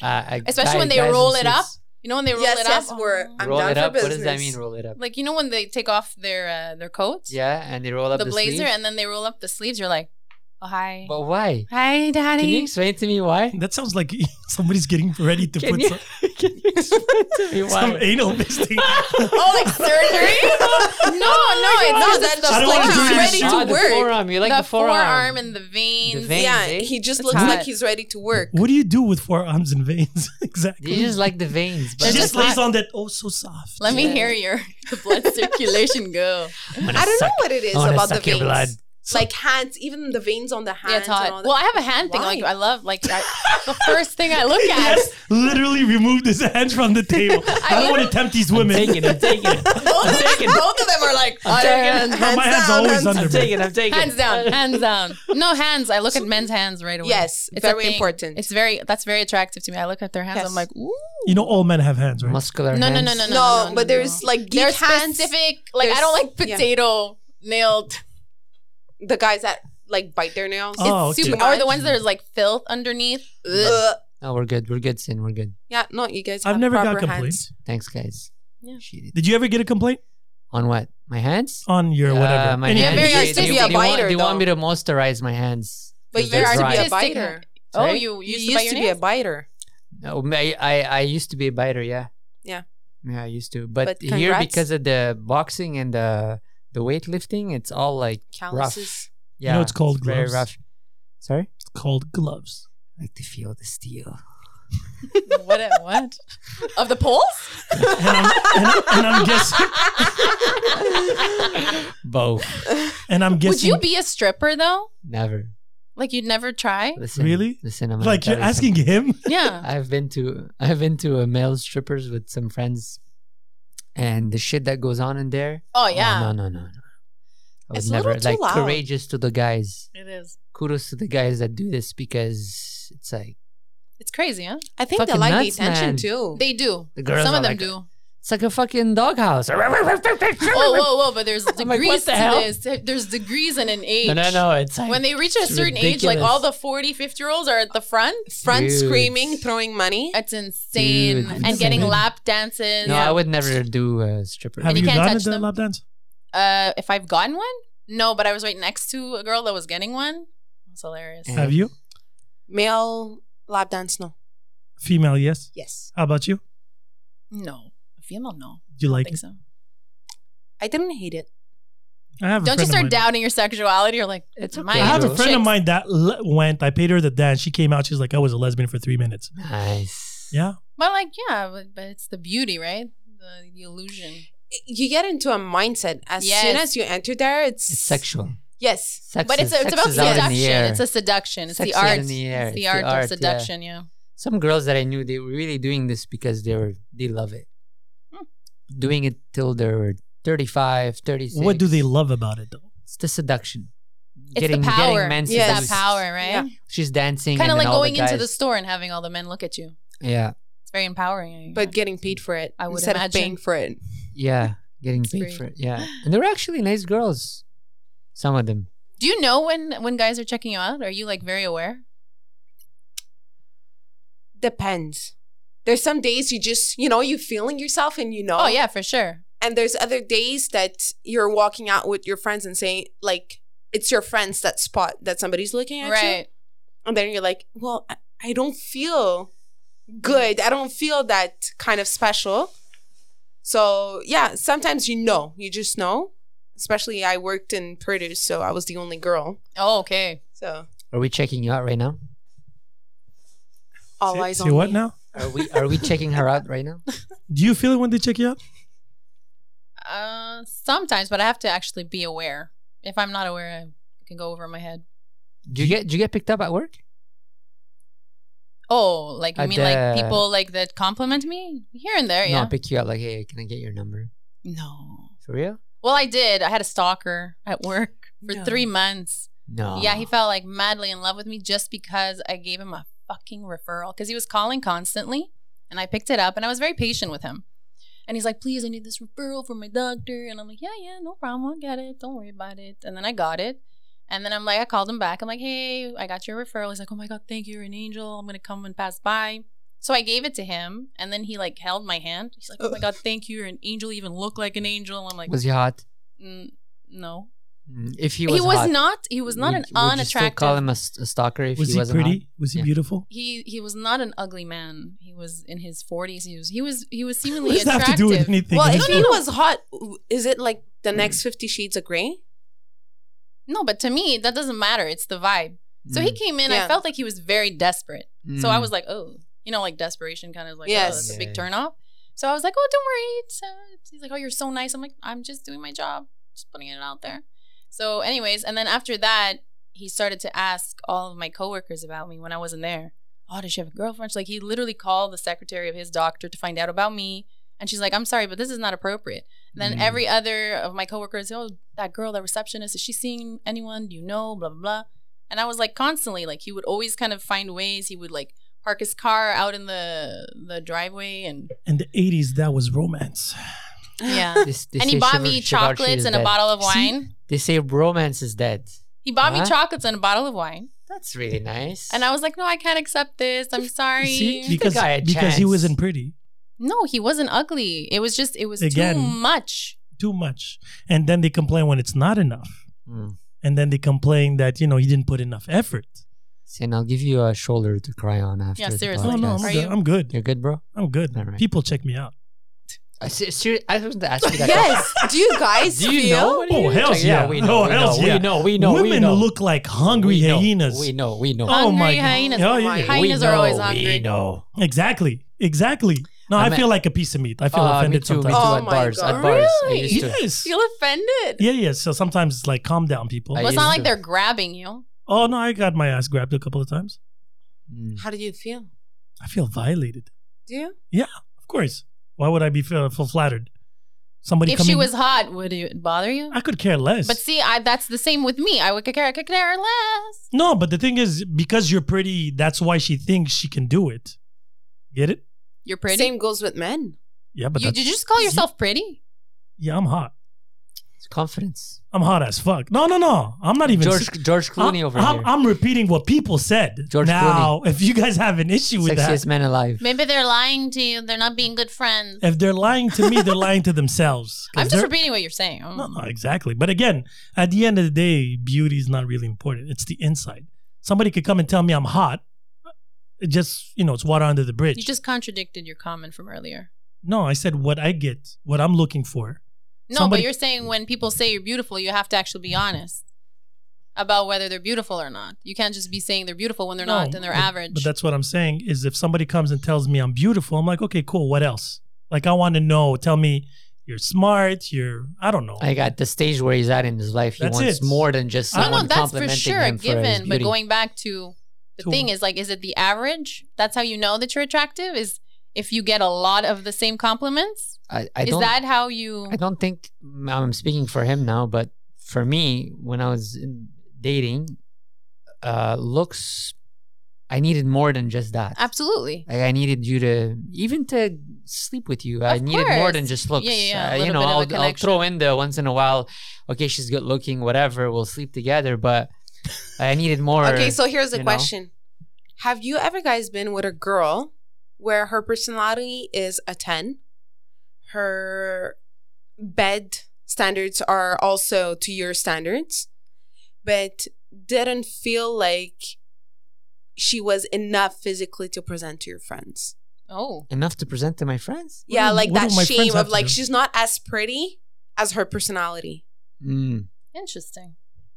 S1: Uh, I-
S3: Especially when
S1: guy-
S3: they
S1: guys in
S3: roll it up.
S1: suits.
S3: You know when they roll
S4: Yes,
S3: it
S4: yes,
S3: up.
S4: we're-
S3: Oh.
S4: I'm
S1: roll
S4: down
S1: it
S4: for
S1: up. What does that
S4: business.
S1: mean? Roll it up.
S3: like you know when they take off their uh, their coats,
S1: Yeah, and they roll up
S3: the
S1: the,
S3: blazer,
S1: sleeves?
S3: and then they roll up the sleeves. You're like, oh hi,
S1: But why?
S3: hi, daddy.
S1: Can you explain to me why?
S2: That sounds like somebody's getting ready to
S1: Can
S2: put
S1: you,
S2: some,
S1: can you explain to me
S2: some
S1: why?
S2: anal misting.
S3: oh, like surgery? no, no, it's
S4: God.
S3: not.
S4: That's
S3: That's
S4: just
S3: the
S2: like
S3: forearm.
S2: he's ready
S1: Ah,
S4: to
S1: the
S4: work.
S1: forearm. You like the,
S3: the forearm and the veins.
S1: veins.
S4: yeah.
S1: eh?
S4: He just
S3: It's
S4: looks
S3: hot.
S4: like he's ready to work.
S2: What do you do with forearms and veins exactly?
S1: You just like the veins.
S2: she
S1: But
S2: just
S3: just
S2: lays
S3: not-
S2: on that. Oh, so soft.
S3: Let me
S1: Yeah.
S3: hear your the blood circulation go.
S4: I don't know what it is
S1: I wanna
S4: about the
S1: suck your
S4: veins.
S1: blood.
S4: Like hands, even the veins on the hands.
S3: Yeah, it's hot.
S4: and all that.
S3: Well, I have a hand thing.
S4: Why?
S3: Like I love like I, the first thing I look at.
S2: Yes, literally removed his hands from the table. I don't want to tempt these
S1: I'm
S2: women.
S1: taking it. I'm taking it. I'm
S4: both, of them,
S1: taking it.
S4: both of them are like,
S1: I'm taking it.
S2: No, my hands are always
S1: I'm
S2: under. me.
S1: taking it. I'm taking it. Uh,
S3: Hands down, hands down. No hands. I look at men's hands right away.
S4: Yes,
S3: a
S4: very
S3: thing.
S4: important.
S3: It's very that's very attractive to me. I look at their hands.
S4: Yes.
S3: I'm like, ooh.
S2: You know, all men have hands, right?
S1: Muscular
S3: No, no, no,
S1: hands.
S3: no, no,
S4: no,
S3: no,
S4: but
S3: no,
S4: there's
S3: no.
S4: like
S3: They're
S4: geek hands.
S3: specific. Like I
S4: There's-
S3: don't like
S4: yeah.
S3: potato nailed.
S4: The guys that like bite their nails.
S2: Oh,
S3: it's
S2: okay.
S3: super. Or the ones that are like filth underneath.
S1: Oh.
S4: Ugh.
S1: No, we're good. We're good, Sin. We're good.
S4: Yeah, no, you guys.
S2: I've
S4: have
S2: never got
S4: proper
S2: complaints.
S4: hands.
S1: Thanks, guys.
S3: Yeah.
S1: Shit.
S2: Did you ever get a complaint
S1: On what? My hands?
S2: on your
S1: Uh,
S2: whatever?
S1: my
S2: Any-
S3: Yeah,
S1: hands.
S3: very
S1: they-
S3: artistic.
S1: they-
S3: Be a
S1: they want-
S4: biter,
S1: They want
S4: though.
S1: me to moisturize my hands.
S4: But
S1: 'cause
S4: you
S1: they're
S4: used to be a
S1: dry.
S3: artistic.
S4: biter.
S3: Oh,
S1: Sorry?
S3: you, you used
S4: you
S3: to bite
S4: used
S3: your
S4: to be a
S3: nails?
S4: biter.
S1: No, I, I I used to be a biter, yeah.
S4: Yeah.
S1: Yeah, I used to. But,
S4: But
S1: here
S4: congrats.
S1: because of the boxing and the the weightlifting, it's all like
S4: Calluses.
S1: yeah.
S2: know it's called
S1: very
S2: gloves.
S1: rough. Sorry?
S2: It's called gloves.
S1: I like to feel the steel.
S3: what? a- What? Of the poles?
S2: And I'm, and, I'm, and I'm guessing.
S1: Both.
S2: And I'm
S3: Would
S2: guessing.
S3: you be a stripper though?
S1: Never.
S3: Like you'd never try?
S1: Listen.
S2: Really?
S1: Listen, I'm gonna
S2: like
S1: tell
S2: you're
S1: you
S2: asking him?
S3: Yeah.
S1: I've been to I've been to a male strippers with some friends, and the shit that goes on in there.
S3: Oh yeah.
S1: No, no, no, no. no. I was
S4: It's a
S1: never
S4: little
S1: like
S4: too loud.
S1: courageous to the guys.
S3: It is.
S1: Kudos to the guys that do this because it's like
S3: It's crazy, huh?
S4: I think they
S1: Fucking
S4: like
S1: nuts,
S4: the attention
S1: man.
S4: too.
S3: They do.
S1: The girls
S3: Some
S1: are
S3: of them
S1: like-
S3: do.
S1: it's like a fucking doghouse.
S3: Oh,
S1: no,
S3: whoa, whoa! But there's
S1: I'm like,
S3: degrees
S1: what the
S3: to
S1: hell?
S3: this. There's degrees and an age.
S1: no, no. It's like
S3: When they reach a
S1: It's
S3: certain age, like all
S1: ridiculous.
S3: the 40, 50 year olds are at the front.
S4: Front
S1: Dude.
S4: screaming, throwing money.
S3: It's insane.
S1: Dude,
S3: and getting
S1: insane.
S3: lap dances.
S1: no, I would never do uh, strippers.
S2: Have
S3: you
S2: you
S3: can't
S2: gotten
S3: touch
S2: the
S3: them.
S2: lap dance?
S3: Uh, if I've gotten one, no, but I was right next to a girl that was getting one. That's hilarious.
S1: Yeah.
S2: Have you?
S4: Male lap dance, no.
S2: Female, yes.
S4: Yes.
S2: How about you?
S3: No, a female, no.
S2: Do you
S3: I
S2: like
S3: think
S2: it?
S3: so.
S4: I didn't hate it.
S2: I have. a
S3: Don't you
S2: friend of
S3: start
S2: mine-
S3: doubting your sexuality? You're like,
S1: It's
S3: "Am
S1: okay.
S2: I have a
S1: Dude.
S2: friend of
S3: chicks?"
S2: mine that le- went. I paid her the dance. She came out. She's like, I was a lesbian for three minutes.
S1: Nice.
S2: Yeah.
S3: But like, yeah, but, but it's the beauty, right? The, the illusion.
S4: You get into a mindset as
S3: Yes.
S4: soon as you enter there. It's,
S1: It's sexual.
S4: Yes.
S1: Sex
S3: but
S1: is-
S3: it's a,
S1: sex
S3: it's about
S1: is out in
S3: seduction.
S1: the air.
S3: It's a seduction. It's
S1: Sex
S3: the
S1: is
S3: art.
S1: in the air.
S3: It's the art
S1: art, yeah.
S3: of seduction. Yeah.
S1: some girls that I knew they were really doing this because they were they love it.
S3: Hmm.
S1: Doing it till they're 35, 36.
S2: What do they love about it though?
S1: It's the seduction.
S3: It's the power.
S1: men
S3: It's that
S4: Yes.
S3: power,
S4: Yeah.
S3: right?
S1: She's dancing.
S3: Kind of
S1: and then
S3: like
S1: all
S3: going
S1: the guys,
S3: into the store and having all the men look at you.
S1: Yeah,
S3: It's very empowering.
S4: But getting paid for it
S3: I would
S4: instead
S3: imagine.
S4: of paying for it.
S1: yeah, getting
S3: It's
S1: paid
S3: great.
S1: for it. Yeah, and they were actually nice girls. Some of them.
S3: do you know when when guys are checking you out? Are you like very aware?
S4: Depends. There's some days you just, you know, you're feeling yourself and you know.
S3: Oh yeah, for sure.
S4: And there's other days that you're walking out with your friends and saying, like, it's your friends that spot that somebody's looking at you.
S3: Right.
S4: And then you're like, well, I, I don't feel good. I don't feel that kind of special. So, yeah, sometimes you know, you just know. Especially, I worked in produce, so I was the only girl.
S3: Oh okay.
S4: So,
S1: Are we checking you out right now?
S4: all
S2: Say-
S4: eyes
S2: say
S4: on
S2: what
S4: me.
S2: now?
S1: Are we are we checking her out right now?
S2: Do you feel it when they check you out?
S3: Uh, sometimes, but I have to actually be aware. If I'm not aware, I can go over my head.
S1: Do you get do you get picked up at work?
S3: Oh, like you
S1: At
S3: mean like
S1: the-
S3: people like that compliment me here and there?
S1: No,
S3: Oh, Yeah.
S1: I pick you up. Like, hey, can I get your number?
S3: no.
S1: For real?
S3: Well, I did. I had a stalker at work for
S4: No.
S3: three months.
S1: No.
S3: Yeah, he fell like madly in love with me just because I gave him a fucking referral because he was calling constantly and I picked it up and I was very patient with him. And he's like, please, I need this referral from my doctor. And I'm like, yeah, yeah, no problem. I'll get it. Don't worry about it. And then I got it. And then I'm like, I called him back. I'm like, hey, I got your referral. He's like, oh my God, thank you. You're an angel. I'm going to come and pass by. So I gave it to him. And then he like held my hand. He's like, oh my God, thank you. You're an angel. You even look like an angel. I'm like,
S1: Was he hot?
S3: "Mm, no.
S1: Mm, If he
S3: He
S1: was,
S3: was,
S1: hot,
S3: not, he was not
S1: would-
S3: an
S1: would you still call
S3: unattractive
S1: him a, s- a stalker if
S2: was
S1: he,
S2: he,
S1: wasn't
S2: pretty?
S1: hot?
S2: Was he
S1: Yeah.
S2: beautiful?
S3: he he was not an ugly man. He was in his forties. He was he was he was
S2: What
S3: seemingly
S2: does that
S3: attractive.
S2: have to do with anything?
S4: Well,
S2: It
S4: if
S2: just-
S4: he was hot, is it like the next Fifty Shades of Grey?
S3: No, but to me that doesn't matter. It's the vibe. So
S2: Mm.
S3: he came in.
S4: Yeah.
S3: I felt like he was very desperate.
S1: Mm,
S3: So I
S1: mm.
S3: was like, oh, you know, like desperation kind of like
S4: Yes.
S3: oh, it's a
S1: Yeah.
S3: big turnoff. So I was like, oh, don't worry. It's, uh, it's- he's like, oh, you're so nice. I'm like, I'm just doing my job, just putting it out there. So, anyways, and then after that, he started to ask all of my coworkers about me when I wasn't there. Oh, does she have a girlfriend? She's like, he literally called the secretary of his doctor to find out about me. And she's like, I'm sorry, but this is not appropriate. And then
S1: Mm.
S3: every other of my coworkers, oh, that girl, that receptionist, is she seeing anyone? Do you know? Blah, blah, blah. And I was like constantly, like, he would always kind of find ways. He would like park his car out in the the driveway and
S2: in the eighties, that was romance.
S3: yeah.
S1: This- they
S3: and he
S1: say
S3: bought
S1: chival- chivalry
S3: me chocolates
S1: is
S3: and a
S1: dead.
S3: bottle of
S2: See?
S3: wine.
S1: They say romance is dead.
S3: He bought
S1: Huh?
S3: me chocolates and a bottle of wine.
S1: That's really nice.
S3: And I was like, no, I can't accept this. I'm sorry.
S2: See,
S1: the
S2: because
S1: guy a
S2: because he
S1: chance.
S2: wasn't pretty
S3: no, he wasn't ugly. It was just, it was
S2: Again.
S3: too much.
S2: too much, and then they complain when it's not enough,
S1: Mm.
S2: and then they complain that you know he didn't put enough effort.
S1: See, and I'll give you a shoulder to cry on after. the
S3: seriously.
S2: No, no, I'm
S1: podcast.
S3: Are
S2: good.
S3: you-
S2: I'm good.
S1: You're good, bro.
S2: I'm good.
S1: All right.
S2: People check me out.
S1: I, se- ser- I was going to ask you that.
S4: Yes. Do you guys
S1: Do you
S4: feel?
S1: know? what it
S2: Oh,
S1: is?
S2: hells
S1: Like,
S2: yeah.
S1: we know.
S2: Oh,
S1: we,
S2: hells
S1: know
S2: yeah.
S1: we know. We know. we
S2: Women
S1: know.
S2: look like hungry
S1: We know,
S2: hyenas.
S1: We know. We know.
S2: Oh, my
S3: Hungry
S2: God.
S3: hyenas.
S2: Hell
S4: my
S2: yeah.
S3: God. Hyenas
S1: we
S3: are
S1: know,
S3: always
S1: We
S3: hungry.
S1: know.
S2: Exactly. Exactly. No,
S1: I
S2: I,
S1: meant-
S2: feel like a piece of meat. I feel
S1: Oh, me
S2: offended
S1: too. Me too.
S2: sometimes.
S4: Oh
S1: at
S4: my
S1: bars.
S4: God.
S1: At bars. I
S3: Really?
S1: used to.
S2: yes.
S3: Feel offended.
S2: Yeah, yeah. So sometimes it's like calm down, people.
S1: I-
S3: Well, it's not
S1: used
S3: like
S1: to-
S3: they're grabbing you.
S2: oh no, I got my ass grabbed a couple of times.
S1: Mm.
S4: How do you feel?
S2: I feel violated.
S4: Do you?
S2: Of course. Why would I be feel, feel flattered? Somebody
S3: If
S2: coming.
S3: she was hot, would it bother you?
S2: I could care less.
S3: But see, I that's the same with me. I would care, I could care less.
S2: no, but the thing is, because you're pretty, that's why she thinks she can do it. Get it?
S3: You're pretty.
S4: Same goes with men.
S2: Yeah, but
S3: you,
S2: that's,
S3: did you just call yourself pretty?
S2: yeah, I'm hot.
S1: It's confidence.
S2: I'm hot as fuck. No, no, no. I'm not even.
S1: George George Clooney
S2: I'm,
S1: over
S2: I'm,
S1: here.
S2: I'm repeating what people said.
S1: George
S2: now, if you guys have an issue with
S1: Sexiest
S2: that,
S1: man alive.
S3: Maybe they're lying to you. They're not being good friends.
S2: if they're lying to me, they're lying to themselves. 'Cause
S3: I'm just
S2: they're-
S3: repeating what you're saying.
S2: No, no, exactly. But again, at the end of the day, beauty is not really important. It's the inside. Somebody could come and tell me I'm hot. It just, you know, it's water under the bridge.
S3: You just contradicted your comment from earlier.
S2: no, I said what I get, what I'm looking for.
S3: No,
S2: Somebody-
S3: but you're saying when people say you're beautiful, you have to actually be honest about whether they're beautiful or not. You can't just be saying they're beautiful when they're
S2: No,
S3: not and they're
S2: but-
S3: average.
S2: But that's what I'm saying is if somebody comes and tells me I'm beautiful, I'm like, okay, cool. What else? Like, I want to know. Tell me you're smart. You're, I don't know.
S1: I got the stage where he's at in his life. He
S2: That's
S1: wants
S2: it.
S1: more than just
S3: no,
S1: someone
S3: no, that's for
S1: complimenting
S3: sure a
S1: him for his
S3: given. But
S1: beauty.
S3: going back to the
S2: To-
S3: thing is like, is it the average? That's how you know that you're attractive. Is if you get a lot of the same compliments.
S1: I, I
S3: is
S1: don't.
S3: that how you?
S1: I don't think I'm speaking for him now, but for me, when I was in- dating, uh, looks, I needed more than just that.
S3: Absolutely.
S1: Like I needed you to even to sleep with you. I
S3: Of
S1: needed more than
S3: course.
S1: just looks.
S3: Yeah, yeah, yeah. A
S1: Uh, you know,
S3: little bit of a
S1: I'll, I'll throw in the once in a while. Okay, she's good looking, whatever. We'll sleep together, but I needed more.
S4: okay, so here's
S1: you
S4: the
S1: know?
S4: question. Have you ever guys been with a girl where her personality is a 10? Her bed standards are also to your standards, but didn't feel like she was enough physically to present to your friends.
S3: Oh.
S1: enough to present to my friends.
S2: What
S4: yeah,
S2: do-
S4: like
S2: what do
S4: that
S2: my friends
S4: shame
S2: have
S4: of
S2: to
S4: like
S2: do?
S4: she's not as pretty as her personality.
S1: Mm,
S3: Interesting.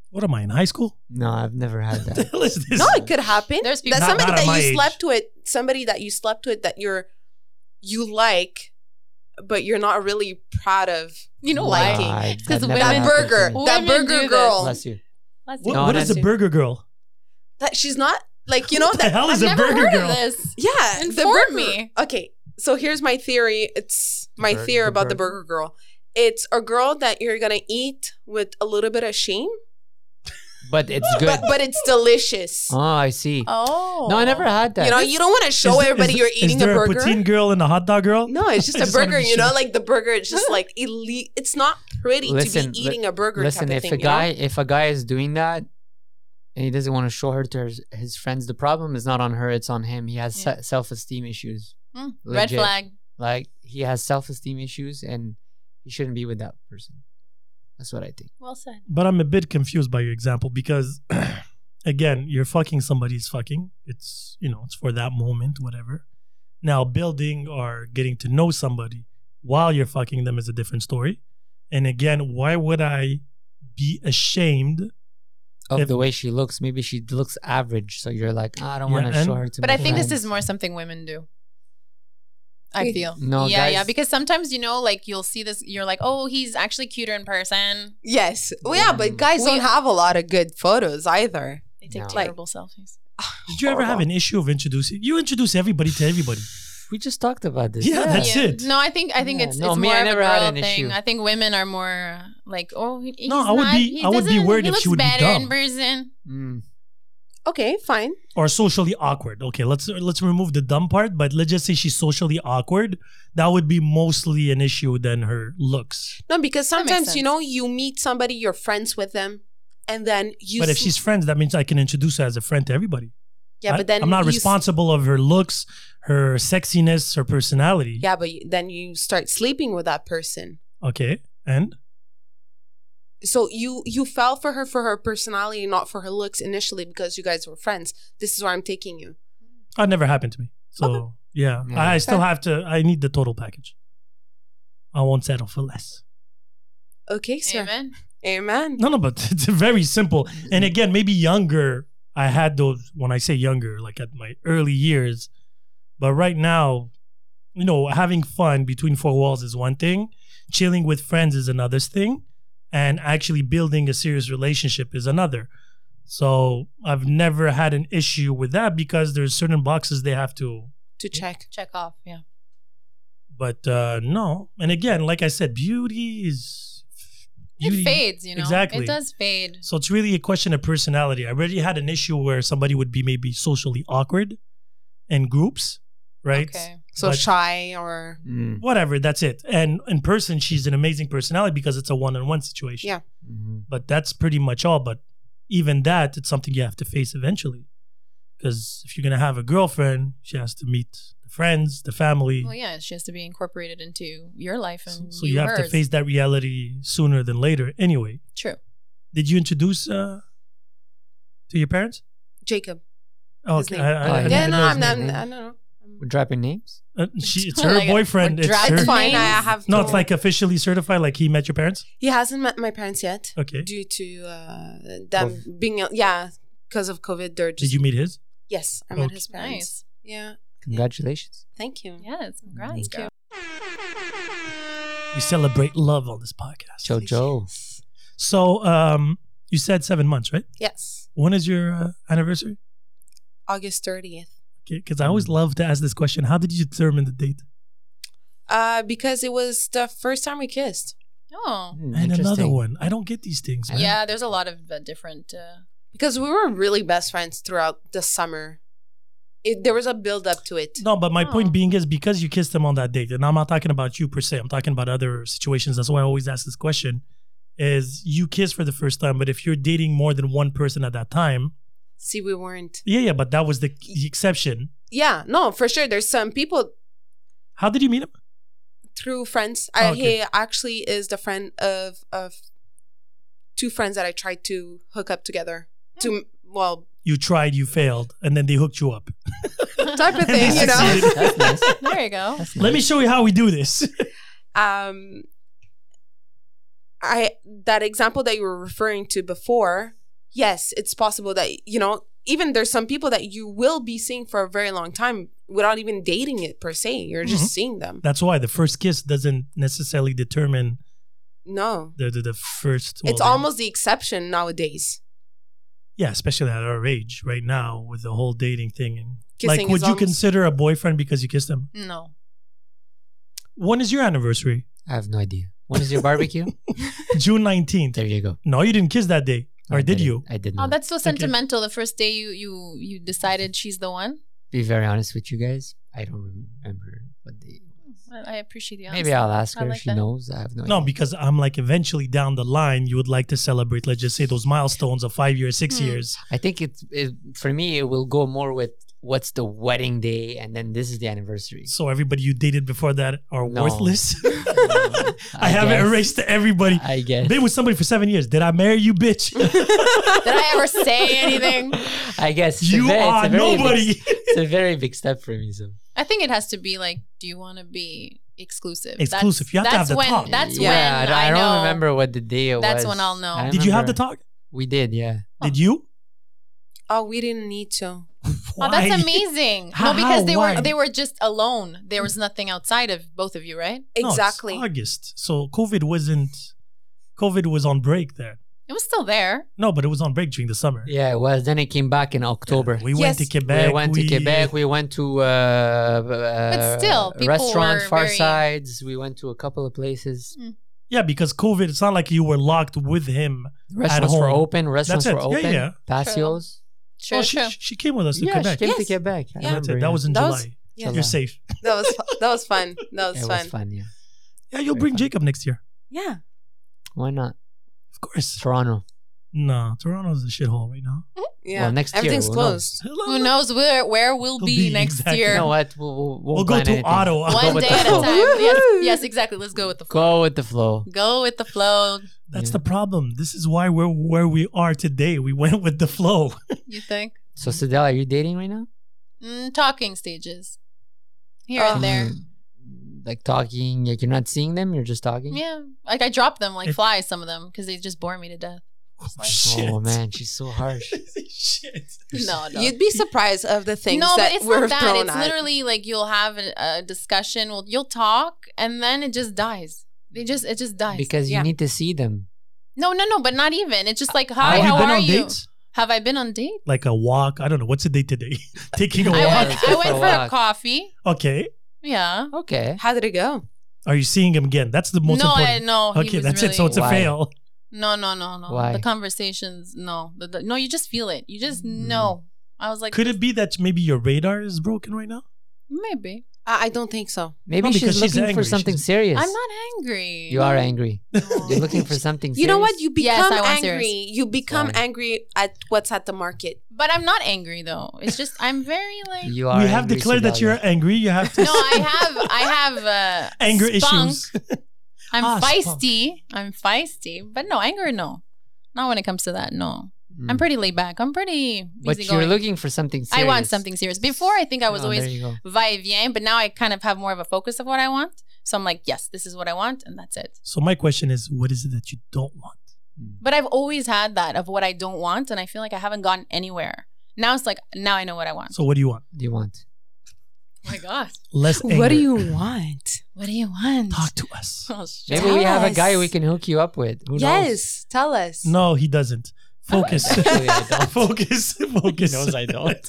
S2: what am I in high school?
S1: no, I've never had
S2: What the
S1: that.
S2: hell is this?
S4: No, it could happen.
S3: There's people-
S4: that
S2: Not-
S4: somebody
S2: not at
S4: that
S2: my
S4: you
S2: age.
S4: slept with, somebody that you slept with that you're you like, but you're not really proud of.
S3: You know
S1: Nah,
S3: why?
S1: I-
S3: It's 'cause
S1: that
S3: women-
S1: never
S4: That
S1: happened
S4: burger,
S1: to me.
S4: that
S3: Women do
S4: burger
S3: this.
S4: girl,
S1: Bless you.
S3: Let's
S2: What,
S3: see.
S1: No,
S2: what is
S1: that's
S2: a burger girl?
S4: that she's not like you know
S2: What the
S4: that.
S2: hell is
S3: I've
S2: a
S3: never
S2: burger
S3: heard
S2: girl?
S3: of this.
S4: Yeah,
S3: Inform me.
S4: Okay, so here's my theory. It's
S1: The
S4: my
S1: bur-
S4: theory
S1: the
S4: about the
S1: burger.
S4: burger girl. It's a girl that you're gonna eat with a little bit of shame,
S1: but it's good.
S4: but but it's delicious.
S1: oh, I see.
S3: Oh.
S1: No, I never had that.
S4: You know, you don't want to show
S2: Is-
S4: everybody
S2: is-
S4: you're
S2: is
S4: eating a
S2: there
S4: burger.
S2: poutine girl and a hot dog girl.
S4: No, it's just
S2: I
S4: a
S2: just wanna
S4: burger.
S2: be
S4: You know,
S2: sure.
S4: like the burger is just like elite. It's not pretty
S1: Listen,
S4: to be
S1: li-
S4: eating a burger.
S1: Listen,
S4: type of
S1: if
S4: thing,
S1: a
S4: you know?
S1: guy if a guy is doing that and he doesn't want to show her to her, his friends, the problem is not on her; it's on him. He has
S3: Yeah.
S1: se- self-esteem issues.
S3: Mm, red
S1: Legit.
S3: flag.
S1: Like he has self-esteem issues, and he shouldn't be with that person. That's what I think.
S3: Well said.
S2: But I'm a bit confused by your example because, again, you're fucking somebody's fucking. It's, you know, it's for that moment, whatever. Now, building or getting to know somebody while you're fucking them is a different story. And again, why would I be ashamed?
S1: Of
S2: If-
S1: the way she looks, maybe she looks average, so you're like, "Ah, I don't
S2: Yeah,
S1: want to show
S2: and-
S1: her to.
S3: But
S1: my
S3: I think this
S1: friends."
S3: is more something women do. I
S4: Wait.
S3: feel.
S1: No,
S3: Yeah,
S1: guys-
S3: yeah. Because sometimes you know, like you'll see this, you're like, oh, he's actually cuter in person.
S4: Yes. Well, yeah, but
S1: Mm.
S4: guys
S3: We-
S4: don't have a lot of good photos either.
S3: They take
S1: No.
S4: Like-
S3: terrible selfies.
S2: Did you ever have an issue of introducing? You introduce everybody to everybody.
S1: We just talked about this.
S2: Yeah, that's it.
S3: No, I think I think
S1: Yeah.
S3: it's
S1: No,
S3: it's
S1: me,
S3: more
S1: I
S3: of
S1: never
S3: a
S1: had
S3: girl
S1: an
S3: thing.
S1: issue.
S3: I think women are more uh, like, oh, he- he's
S2: No, I would
S3: not-
S2: be-
S3: he
S2: I would be
S3: doesn't-
S2: worried
S3: he
S2: if she
S3: looks
S2: would be
S3: better in
S2: dumb.
S3: person.
S1: Mm.
S4: Okay, fine.
S2: or socially awkward. Okay, let's let's remove the dumb part, but let's just say she's socially awkward. That would be mostly an issue than her looks.
S4: No, because
S3: That makes
S4: sometimes you
S3: sense.
S4: know you meet somebody, you're friends with them, and then you.
S2: but if
S4: see-
S2: she's friends, that means I can introduce her as a friend to everybody.
S4: yeah,
S2: I-
S4: but then
S2: I'm not
S4: you s-
S2: responsible of her looks, her sexiness, her personality.
S4: Yeah, but you- then you start sleeping with that person.
S2: Okay. And
S4: So you you fell for her for her personality, not for her looks initially, because you guys were friends. This is where I'm taking you.
S2: that never happened to me. So yeah,
S1: Yeah.
S2: I, I still have to. I need the total package. I won't settle for less.
S4: Okay, sir. Amen.
S3: Amen.
S2: No, no, but it's very simple. And again, maybe younger, I had those when I say younger, like at my early years. But right now, you know, having fun between four walls is one thing, chilling with friends is another thing, and actually building a serious relationship is another. So I've never had an issue with that because there's certain boxes they have to
S4: To check.
S3: Check off. Yeah.
S2: but uh no. And again, like I said, beauty is
S3: it fades, you know.
S2: exactly.
S3: It does fade.
S2: So it's really a question of personality. I already had an issue where somebody would be maybe socially awkward in groups, right?
S3: Okay.
S4: So
S2: But-
S4: shy or
S1: Mm.
S2: Whatever, that's it. And in person, she's an amazing personality because it's a one on one situation.
S4: Yeah. Um,
S1: Mhm.
S2: But that's pretty much all. But even that, it's something you have to face eventually. Because if you're going to have a girlfriend, she has to meet the friends, the family.
S3: Well, yeah, she has to be incorporated into your life
S2: so,
S3: and
S2: so you have to
S3: hers.
S2: face that reality sooner than later. Anyway,
S3: True.
S2: did you introduce uh, to your parents?
S4: Jacob.
S2: Okay.
S4: name.
S2: I, I, I
S1: Oh,
S2: didn't
S4: Yeah,
S2: know
S4: no,
S2: his
S4: I'm
S2: name.
S4: not.
S1: name, eh?
S4: I don't know.
S1: We're dropping names.
S2: Uh, she, it's
S3: We're
S2: her
S3: like a-
S2: boyfriend.
S3: we're
S2: It's
S3: driving-
S2: her.
S4: It's fine. I
S3: Names?
S4: have
S2: No,
S4: to-
S2: it's like officially certified. Like he met your parents.
S4: He hasn't met my parents yet
S2: Okay.
S4: due to uh, them being uh, yeah because of COVID. They're just
S2: Did you meet his?
S4: yes, I met
S2: Okay.
S4: his parents.
S3: Nice.
S4: Yeah,
S1: Congratulations.
S4: thank you.
S3: Yes. Congrats,
S2: Mm-hmm.
S1: Thank you.
S3: girl.
S2: We celebrate love on this podcast.
S1: Joe Joe.
S2: So, um, you said seven months, right?
S4: Yes,
S2: When is your uh, anniversary?
S4: August thirtieth.
S2: Because I
S1: Hmm.
S2: always love to ask this question. How did you determine the date?
S4: Uh, because it was the first time we kissed.
S3: Oh.
S1: Mm,
S2: And another
S1: interesting.
S2: one. I don't get these things, man.
S3: Yeah, there's a lot of uh, different. Uh,
S4: Because we were really best friends throughout the summer. It, there was a build up to it.
S2: No, but my
S3: Oh.
S2: point being is because you kissed him on that date, and I'm not talking about you per se. I'm talking about other situations. That's why I always ask this question: is you kiss for the first time, but if you're dating more than one person at that time,
S4: See, we weren't.
S2: yeah, yeah, but that was the, the exception.
S4: Yeah, no, for sure. There's some people
S2: How did you meet him?
S4: through friends. I,
S2: Oh, Okay.
S4: He actually is the friend of of two friends that I tried to hook up together. To well,
S2: You tried, you failed, and then they hooked you up.
S4: type of thing, you know.
S2: Succeeded.
S1: That's nice.
S3: there you go.
S1: That's
S2: Let me
S1: nice.
S2: show you how we do this.
S4: Um, I that example that you were referring to before. Yes, it's possible that you know even there's some people that you will be seeing for a very long time without even dating it per se. You're just
S2: Mhm.
S4: seeing them.
S2: That's why the first kiss doesn't necessarily determine
S4: No,
S2: the the, the first.
S4: it's
S2: well,
S4: almost the exception nowadays.
S2: yeah, especially at our age right now with the whole dating thing. And
S4: Kissing
S2: like, would
S4: is
S2: you
S4: almost-
S2: consider a boyfriend because you kissed him?
S3: No.
S2: When is your anniversary?
S1: I have no idea. When is your barbecue?
S2: June 19th.
S1: there you go.
S2: No, you didn't kiss that day.
S1: No,
S2: Or
S1: I
S2: did
S1: didn't.
S2: you?
S1: I did
S3: Oh,
S1: not.
S3: that's so sentimental. The first day you you you decided she's the one.
S1: Be very honest with you guys. I don't remember what the.
S3: Well, I appreciate the honesty.
S1: Maybe I'll ask
S3: I
S1: her. if
S3: like
S1: she
S3: that.
S1: knows. I have no.
S2: No,
S1: idea.
S2: because I'm like eventually down the line, you would like to celebrate, let's just say those milestones of five years, six
S3: Hmm.
S2: years.
S1: I think it's it, for me. It will go more with what's the wedding day, and then this is the anniversary.
S2: So everybody you dated before that are
S1: No.
S2: worthless. I,
S1: I
S2: haven't
S1: guess.
S2: erased everybody.
S1: I guess.
S2: Been with somebody for seven years. Did I marry you, bitch?
S3: Did I ever say anything?
S1: I guess it's a
S2: you
S1: ve- it's a very
S2: are
S1: big-
S2: nobody.
S1: it's a very big step for me. So
S3: I think it has to be like, do you want to be exclusive?
S2: Exclusive. You have to have the
S3: when,
S2: talk.
S3: That's
S1: yeah, I
S3: when
S1: don't-
S3: I,
S1: I,
S3: know.
S1: don't remember what the day it was.
S3: That's when I'll know.
S1: I
S2: Did you have the
S1: remember-
S2: talk?
S1: We did, yeah.
S2: Did you?
S4: Oh, we didn't need to.
S3: Oh,
S2: Why?
S3: that's amazing.
S2: How-
S3: no, because
S2: how?
S3: they
S2: Why?
S3: were they were just alone. There was nothing outside of both of you, right?
S2: No, it's
S4: Exactly.
S2: August. So COVID wasn't. COVID was on break there.
S3: It was still there.
S2: No, but it was on break during the summer.
S1: Yeah, it was. Then it came back in October.
S2: We went to
S4: Yes.
S2: Quebec.
S1: we went to Quebec. We went to uh, uh,
S3: still, people
S1: restaurant
S3: were
S1: Far
S3: very-
S1: Sides. We went to a couple of places.
S2: Yeah, because COVID, it's not like you were locked with him.
S1: Restaurants were
S2: home.
S1: open. Restaurants
S2: it.
S1: were
S2: Yeah,
S1: open.
S2: yeah.
S1: Patios.
S3: Sure,
S2: oh,
S3: sure.
S2: she, she came with us to
S1: yeah,
S2: Quebec.
S1: she came to
S4: Yes.
S1: Quebec. I
S4: Yeah.
S2: That's
S1: remember,
S2: it. That was in
S4: That
S2: July.
S4: was- yeah.
S2: You're safe.
S4: That was fu- that was fun. That
S1: It
S4: was
S1: was
S4: fun.
S1: fun. Yeah.
S2: Yeah, you'll
S1: Very
S2: bring
S1: fun.
S2: Jacob next year.
S4: Yeah.
S1: Why not?
S2: Of course.
S1: Toronto.
S2: No, Toronto's a shithole right now.
S4: Yeah.
S1: Well, next year,
S4: Everything's
S1: who knows?
S4: closed.
S3: Who knows where where we'll
S2: It'll
S3: be,
S2: be,
S3: next
S2: exactly.
S1: You
S3: year?
S1: know what? We'll, we'll, we'll
S2: We'll go
S1: plan
S2: to
S1: anything.
S2: Ottawa.
S1: Go
S3: One
S1: with
S3: day
S1: the
S3: at a
S1: flow.
S3: time. Yes, yes, exactly. Let's go with the flow.
S1: Go with the flow.
S3: Go with the flow.
S2: That's
S1: Yeah.
S2: the problem. This is why we're where we are today. We went with the flow.
S3: You think?
S1: So, Sadell, are you dating right now?
S3: Mm, talking stages, here
S4: Oh.
S3: and there.
S1: Mm, Like talking, like you're not seeing them, you're just talking.
S3: Yeah, like I drop them like
S2: If-
S3: flies. Some of them because they just bore me to death.
S2: Oh,
S3: like-
S2: shit.
S1: Oh man, she's so harsh.
S2: shit.
S3: No, no.
S4: You'd be surprised of the things
S3: no,
S4: that
S3: but it's
S4: we're
S3: not that.
S4: thrown
S3: It's
S4: at.
S3: literally like you'll have a, a discussion. Well, you'll talk, and then it just dies. They just it just dies.
S1: because you
S4: Yeah.
S1: need to see them.
S3: no, no, no, but not even. It's just like hi,
S2: Uh, Have
S3: how
S2: you been
S3: are
S2: on
S3: you?
S2: dates?
S3: Have I been on date?
S2: Like a walk. I don't know. What's the date today? Taking a
S1: Yeah,
S3: I
S2: walk.
S3: went.
S1: go
S3: I
S1: for a
S3: went for a
S1: walk.
S3: coffee.
S2: Okay.
S3: Yeah.
S1: Okay.
S4: How did it go?
S2: Are you seeing him again? That's the most
S3: no, I
S2: important.
S3: no. he
S2: okay,
S3: was
S2: that's it.
S3: really-
S2: So it's a
S1: Why?
S2: fail.
S3: no, no, no, no.
S1: Why?
S3: The conversations, no, the, the- no. You just feel it. You just know. I was like,
S2: Mm. Could it be that maybe your radar is broken right now?
S3: maybe
S4: I, I don't think so.
S1: Maybe
S2: No,
S1: she's
S2: because she's
S1: looking for
S2: angry.
S1: something
S2: She's-
S1: serious.
S3: I'm not angry.
S1: You are angry.
S3: No.
S1: You're looking for something.
S4: You know what?
S1: serious?
S4: You
S3: Yes,
S4: become
S3: I want
S4: angry.
S3: serious.
S4: You become
S1: Sorry.
S4: angry at what's at the market.
S3: but I'm not angry though. It's just I'm very like.
S1: You are.
S2: we have
S1: angry,
S2: declared that
S1: Sadell,
S2: you're
S1: yeah.
S2: angry. You have to
S3: no, I have I have uh,
S2: anger
S3: spunk.
S2: issues.
S3: I'm
S2: Ah, spunk.
S3: feisty. I'm feisty, but no anger. No, not when it comes to that. No, I'm
S1: Mm.
S3: pretty laid back. I'm pretty.
S1: But
S3: easygoing.
S1: you're looking for something. serious.
S3: I want something serious. Before, I think I was
S1: Oh,
S3: always
S1: There you go.
S3: va et vient, but now I kind of have more of a focus of what I want. So I'm like, yes, this is what I want, and that's it.
S2: So my question is, what is it that you don't want?
S3: But I've always had that of what I don't want, and I feel like I haven't gotten anywhere. Now it's like now I know what I want.
S2: So what do you want?
S1: What do you want?
S3: oh my gosh,
S2: Less anger.
S4: What do you want?
S3: what do you want?
S2: talk to us?
S3: Oh, shit.
S1: Maybe
S4: Tell
S1: we have a guy
S4: us.
S1: we can hook you up with. Who knows?
S4: yes, tell us.
S2: No, he doesn't. Focus.
S1: Actually, I don't.
S2: Focus. Focus.
S1: knows I don't.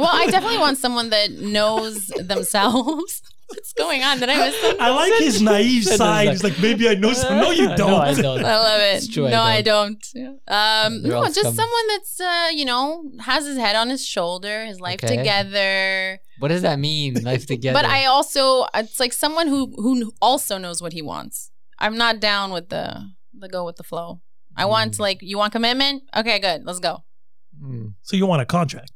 S3: Well, I definitely want someone that knows themselves. What's going on? Did I miss something?
S2: I like his naive
S1: Sadell's
S2: side.
S1: like-
S2: He's like, maybe I know. Some. No, you don't.
S1: No, I don't.
S3: I love it.
S1: It's true, I
S3: no, I don't. Um,
S1: They're
S3: no,
S1: all
S3: just
S1: scum.
S3: someone that's uh, you know has his head on his shoulder, his life
S1: Okay.
S3: together.
S1: What does that mean? Life together.
S3: But I also it's like someone who who also knows what he wants. I'm not down with the the go with the flow. I want
S1: Mm.
S3: like you want commitment. Okay, good. Let's go.
S1: Mm.
S2: So you want a contract?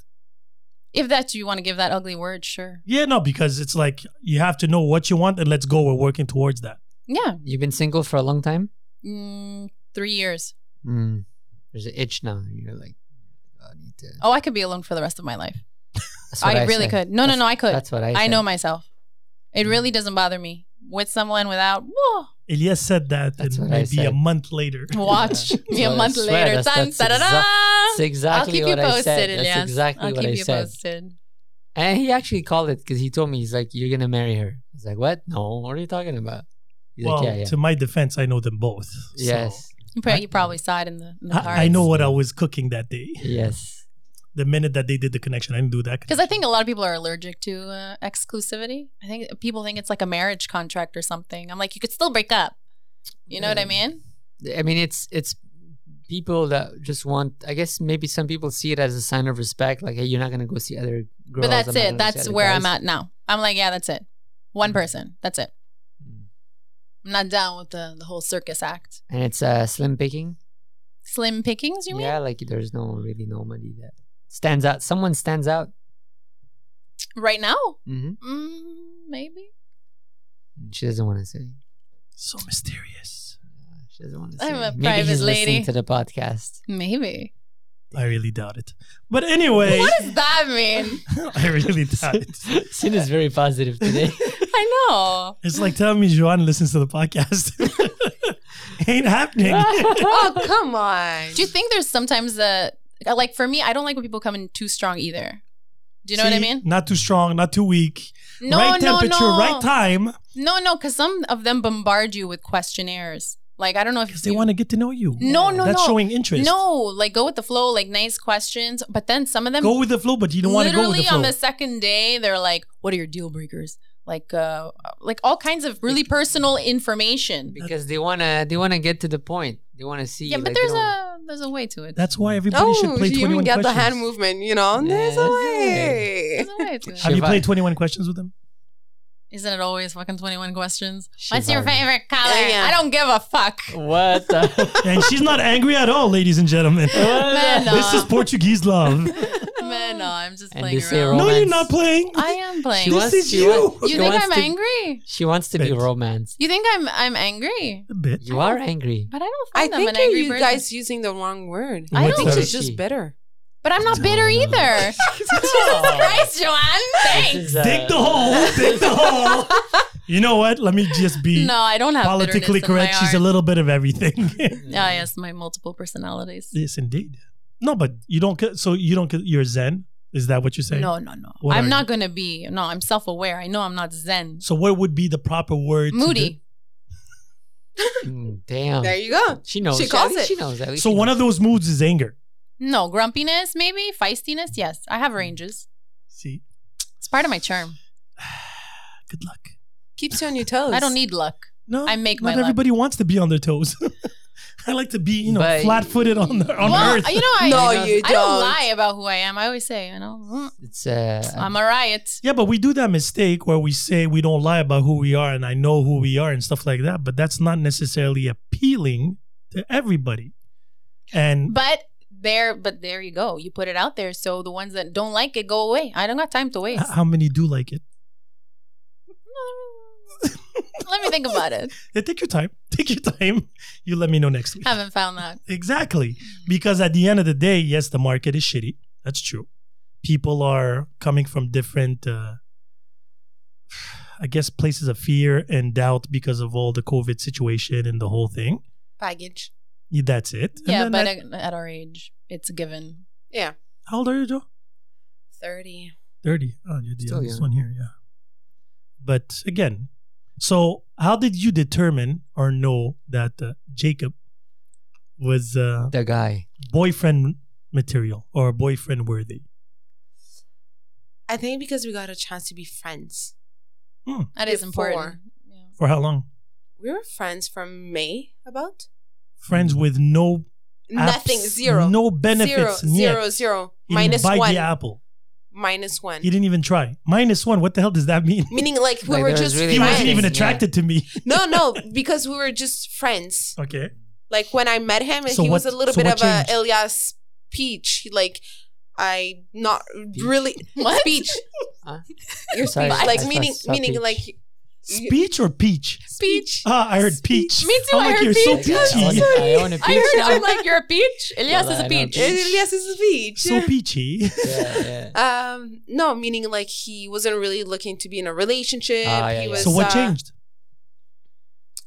S3: If that's you want to give that ugly word, sure.
S2: Yeah, no, because it's like you have to know what you want, and let's go. We're working towards that.
S3: Yeah,
S1: You've been single for a long time.
S3: mm, three years.
S1: Mm. There's an itch now. You're like, I need to.
S3: Oh, I could be alone for the rest of my life.
S1: That's what
S3: I, really
S1: said.
S3: could. No, no, no, I could.
S1: That's what I.
S3: I know
S1: said.
S3: myself. It
S1: Mm.
S3: really doesn't bother me. With someone, without, whoa,
S2: Elias said that,
S1: That's
S2: and
S1: what I
S2: maybe a
S1: said.
S2: month later.
S3: watch
S1: That's
S3: me a
S1: what I
S3: month
S1: swear,
S3: later.
S1: that's-
S3: Dun,
S1: that's
S3: da, da, da.
S1: That's exactly
S3: I'll keep
S1: what
S3: you posted,
S1: I said. That's
S3: Elias.
S1: exactly
S3: I'll
S1: what
S3: keep
S1: I
S3: you
S1: said.
S3: posted.
S1: And he actually called it because he told me he's like, "You're gonna marry her." I was like, "What? No. What are you talking about?" He's
S2: well,
S1: like, "Yeah, yeah,
S2: to my defense, I know them both. So
S1: yes,
S3: You probably, you probably saw it in the, in the
S2: I, I
S3: cards.
S2: know what I was cooking that day.
S1: yes."
S2: The minute that they did the connection, I didn't do that.
S3: Because I think a lot of people are allergic to uh, exclusivity. I think people think it's like a marriage contract or something. I'm like, you could still break up. You know what I
S1: Yeah.
S3: mean?
S1: I mean, it's it's people that just want I guess maybe some people see it as a sign of respect, like hey, you're not gonna go see other girls. I'm
S3: but that's
S1: not
S3: it.
S1: gonna go see
S3: That's
S1: other
S3: where
S1: guys. Mm.
S3: I'm at now. I'm like, yeah, that's it. One person. That's it. I'm not down with the, the whole circus act.
S1: And it's uh, slim picking.
S3: Slim pickings, you mean?
S1: Yeah, like there's no really nobody that stands out. Someone stands out.
S3: Right now?
S1: Mm-hmm.
S3: Mm, maybe.
S1: She doesn't want to say.
S2: So mysterious.
S1: She doesn't want to say.
S3: I'm a
S1: Maybe
S3: private
S1: he's
S3: lady.
S1: listening to the podcast.
S3: Maybe.
S2: I really doubt it. But anyway,
S3: What does that mean?
S2: I really doubt it.
S1: Sin is very positive today.
S3: I know.
S2: It's like telling me Joanne listens to the podcast. Ain't happening.
S4: oh, come on.
S3: Do you think there's sometimes the like for me, I don't like when people come in too strong either. Do you know what I
S2: See,
S3: mean?
S2: Not too strong, not too weak.
S3: No,
S2: right
S3: no,
S2: temperature,
S3: no.
S2: right time.
S3: No, no, because some of them bombard you with questionnaires. Like I don't know if
S2: Because they
S3: you-
S2: want to get to know you.
S3: No, no,
S2: That's
S3: no.
S2: showing interest.
S3: No, like go with the flow, like nice questions. But then some of them
S2: Go with the flow, but you don't want to go with
S3: literally
S2: the flow.
S3: on the second day, they're like, "What are your deal breakers?" Like, uh, like all kinds of really personal information.
S1: because they wanna they wanna get to the point. They wanna see.
S3: Yeah, but
S1: like, they
S3: there's
S1: don't-
S3: a there's a way to it.
S2: That's why everybody should
S4: Oh,
S2: play
S4: you
S2: 21
S4: even get
S2: questions.
S4: the hand movement, you know? There's a
S1: Yeah.
S4: way.
S3: there's a way to it.
S2: Have you
S1: Shiva-
S2: played 21 questions with them?
S3: Isn't it always fucking twenty one questions? What's your
S1: Shivari.
S3: favorite color?
S4: Yeah.
S3: I don't give a fuck.
S1: What? The-
S2: And she's not angry at all, ladies and gentlemen.
S3: Man, no.
S2: This is Portuguese love.
S3: Man, no, I'm just
S1: And
S3: playing
S1: you say
S3: around.
S1: wrong.
S2: No, you're
S1: Romance.
S2: not playing.
S3: I am playing.
S1: she wants,
S2: is
S1: she
S2: you.
S1: wants-
S3: you
S1: she
S3: think
S1: wants
S3: I'm
S1: to-
S3: angry?
S1: She wants to be
S2: Bitch.
S1: romanced.
S3: You think I'm I'm angry?
S2: A bit.
S1: You are angry.
S3: But I don't
S4: I
S3: find I'm
S4: think
S3: an
S4: you're
S3: angry
S4: you
S3: person.
S4: guys using the wrong word.
S2: I
S4: I
S2: What's
S4: think
S2: that?
S4: she's just bitter.
S3: But I'm not bitter
S1: No, no.
S3: either. Jesus Christ, Joanne. Thanks.
S1: This is, uh,
S2: dig the hole. Dig the hole. You know what? Let me just be
S3: No, I don't have
S2: politically
S3: bitterness in my
S2: correct. She's a
S3: heart.
S2: little bit of
S1: Mm,
S2: everything.
S3: Ah, yes, my multiple personalities.
S2: yes, indeed. No, but you don't. ca- So you don't. ca- You're Zen. Is that what you're saying?
S3: No, no, no.
S2: What are
S3: I'm
S2: you?
S3: not gonna be. No, I'm self-aware. I know I'm not zen.
S2: So what would be the proper word? to
S3: Moody.
S1: Mm, damn.
S4: There you go.
S1: She knows.
S4: She
S1: At
S4: calls
S1: least
S4: it.
S1: She knows. At
S2: do-
S1: least
S2: So
S1: she
S2: one
S1: knows.
S2: of those moods is anger.
S3: No, grumpiness, maybe feistiness. Yes, I have ranges.
S2: See,
S3: It's part of my charm.
S2: good luck.
S4: Keeps you on your toes.
S3: I don't need luck.
S2: No,
S3: I make
S2: not
S3: my luck.
S2: everybody wants to be on their toes. I like to be, you know,
S1: But-
S2: flat-footed on the, on
S3: well,
S2: earth.
S3: you know, I,
S4: No,
S3: I don't-
S4: you
S3: I don't
S4: don't.
S3: lie about who I am. I always say, you know, mm,
S1: It's uh,
S3: I'm a riot.
S2: yeah, but we do that mistake where we say we don't lie about who we are and I know who we are and stuff like that, but that's not necessarily appealing to everybody. And
S3: But there, but there you go. You put it out there, so the ones that don't like it go away. I don't got time to waste.
S2: h- how many do like it?
S3: Let me think about it.
S2: Yeah, take your time. Take your time. You let me know next week.
S3: Haven't found that.
S2: Exactly. Because at the end of the day, yes, the market is shitty. That's true. People are coming from different, uh, I guess, places of fear and doubt because of all the COVID situation and the whole thing.
S4: baggage.
S2: Yeah, That's it. And
S3: Yeah,
S2: then
S3: but
S2: that-
S3: at, at our age, it's a given.
S4: Yeah.
S2: how old are you, Joe?
S4: 30.
S2: 30. Oh, you're the
S1: Still
S2: youngest
S1: young.
S2: one here. Yeah. But again, so how did you determine or know that uh, Jacob was uh,
S1: the guy.
S2: boyfriend material or boyfriend worthy?
S4: I think because we got a chance to be friends.
S3: That is important.
S4: Before.
S3: Yeah.
S2: Hmm. For how long?
S4: We were friends from May about.
S2: friends with no
S4: Hmm. Nothing.
S2: apps,
S4: Zero.
S2: no benefits.
S4: Zero,
S2: yet.
S4: zero, zero.
S2: He
S4: Minus
S2: didn't bite
S4: one.
S2: the apple.
S4: Minus one.
S2: He didn't even try. Minus one. What the hell does that mean?
S4: Meaning, like, we
S1: Like, there
S4: were
S1: was
S4: just
S1: really
S2: He
S4: friends.
S2: wasn't even
S1: Yeah.
S2: attracted to me.
S4: no, no, because we were just friends.
S2: Okay.
S4: Like, when I met him,
S2: So
S4: he was
S2: what-
S4: a little
S2: so
S4: bit
S2: what
S4: of a
S2: changed?
S4: Elias Peach. Like, I not really.
S3: What?
S4: Peach.
S1: Huh?
S4: Your
S1: Sorry,
S4: speech.
S1: I-
S4: Like,
S1: I
S4: meaning,
S1: saw
S4: meaning,
S1: peach.
S4: like,
S2: Speech or peach?
S4: speech.
S2: Ah, I heard peach.
S3: Me too,
S2: I'm
S3: I
S2: like,
S3: heard
S2: you're so
S3: peach.
S1: I
S2: peachy.
S1: own a- I own a
S3: I
S1: peach
S3: heard.
S1: now.
S3: I'm like, you're a peach. Elias
S1: Well, I
S3: is
S1: know
S3: a peach.
S1: peach.
S4: Elias is a peach.
S2: So peachy.
S1: Yeah, yeah.
S4: Um, no, meaning like he wasn't really looking to be in a relationship.
S1: Ah, yeah,
S4: he
S1: yeah.
S4: was,
S2: so what
S4: uh,
S2: changed?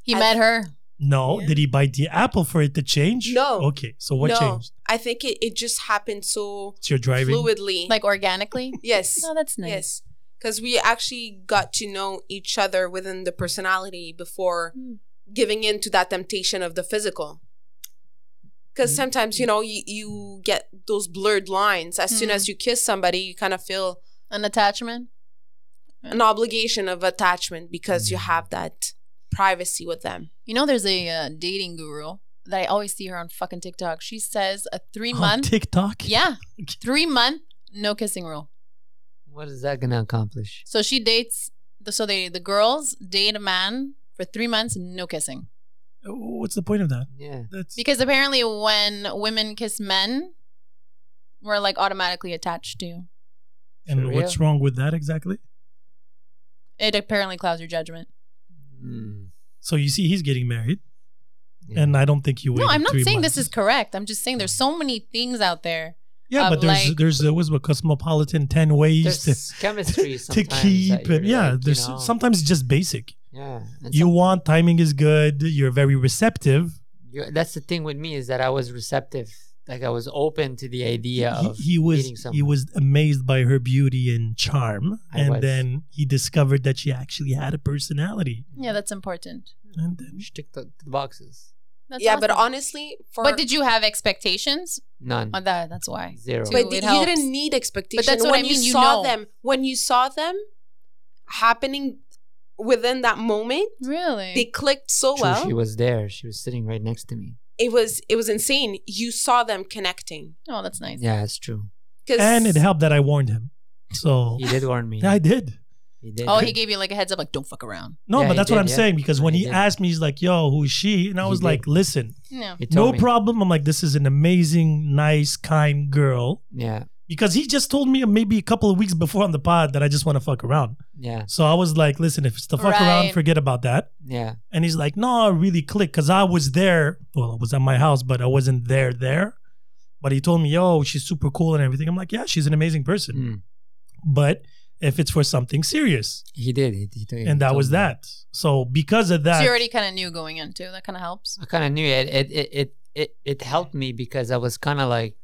S3: He
S4: I-
S3: met her.
S2: No.
S4: Yeah.
S2: Did he bite the apple for it to change?
S4: No.
S2: Okay. So what
S4: no,
S2: changed?
S4: I think it, it just happened so
S2: It's your driving.
S4: fluidly.
S3: Like organically?
S4: yes,
S3: No, that's nice.
S4: yes, because we actually got to know each other within the personality before
S3: Hmm.
S4: giving in to that temptation of the physical.
S2: Mm-hmm.
S4: Because sometimes you know you, you get those blurred lines. As soon
S3: Hmm.
S4: as you kiss somebody, you kind of feel
S3: An attachment?
S4: an obligation of
S2: Mm.
S4: attachment because you
S1: Hmm.
S4: have that privacy with them.
S3: You know, there's a uh, dating guru that I always see her on fucking TikTok. She says a three
S2: On
S3: month,
S2: TikTok.
S3: yeah, three month no kissing rule.
S1: What is that gonna accomplish?
S3: So she dates, the, so they the girls date a man for three months no kissing
S2: What's the point of that?
S1: Yeah.
S2: That's
S3: because apparently when women kiss men, we're like automatically attached to.
S1: For
S2: and
S1: real?
S2: what's wrong with that exactly?
S3: It apparently clouds your judgment.
S1: Mm,
S2: So you see, he's getting married,
S1: yeah.
S2: and I don't think he waited.
S3: No, I'm not
S2: three
S3: saying
S2: months. Oh.
S3: this is correct. I'm just saying there's so many things out there.
S2: Yeah,
S3: of
S2: but there's
S3: like-
S2: there's uh, what's what cosmopolitan ten ways to,
S1: there's chemistry
S2: to
S1: sometimes that
S2: keep,
S1: you're
S2: and yeah,
S1: like, you
S2: there's
S1: know,
S2: sometimes it's just basic.
S1: yeah. and
S2: You
S1: some-
S2: want timing is good. You're very receptive.
S1: you- that's the thing with me is that I was receptive, like I was open to the idea
S2: he,
S1: of
S2: he was
S1: meeting someone.
S2: he was amazed by her beauty and charm,
S1: I
S2: and
S1: was.
S2: then he discovered that she actually had a personality.
S3: Yeah,
S4: Mm.
S3: that's important.
S2: And then
S1: Just tick the, the boxes.
S3: That's
S4: yeah, but
S3: awesome.
S4: honestly, for
S3: But did you have expectations
S1: None.
S3: on that? That's why.
S1: Zero.
S3: Dude,
S4: but
S3: it
S4: you
S3: helps.
S4: didn't need expectation.
S3: that's what
S4: when
S3: I mean,
S4: You,
S3: you
S4: saw
S3: know.
S4: them when you saw them happening within that moment.
S3: Really?
S4: They clicked
S3: oh,
S4: so
S1: True,
S4: well.
S1: she was there. She was sitting right next to me.
S4: it was it was insane. You saw them connecting.
S3: oh, that's nice.
S1: Yeah, it's true.
S4: 'Cause-
S2: and it helped that I warned him. So
S1: He did warn me.
S2: Oh. I did.
S1: He did.
S3: Oh, he gave you like a heads up, like don't fuck around.
S2: No,
S1: Yeah,
S2: but
S1: he
S2: that's what
S1: did,
S2: I'm
S1: yeah.
S2: saying because
S1: No,
S2: when
S1: he
S2: he
S1: did.
S2: asked me, he's like, "Yo, who's she?" And I
S1: He
S2: was
S1: did.
S2: like, "Listen,
S3: No.
S1: He told
S2: no
S1: me.
S2: problem." I'm like, "This is an amazing, nice, kind girl."
S1: Yeah,
S2: Because he just told me maybe a couple of weeks before on the pod that I just want to fuck around.
S1: yeah,
S2: So I was like, "Listen, if it's the fuck around,
S3: Right.
S2: forget about that."
S1: yeah.
S2: And he's like, no, I really clicked because I was there. Well, I was at my house, but I wasn't there there. But he told me, yo, she's super cool and everything. I'm like, yeah, she's an amazing person.
S1: Mm.
S2: But if it's for something serious,
S1: He did. He, he told- he
S2: and that
S1: told
S2: was
S1: me
S2: that. So because of
S3: So
S2: that,
S3: you already kind of knew going into that. Kind of helps.
S1: I kind of knew it. It it it it, it helped me because I was kind of like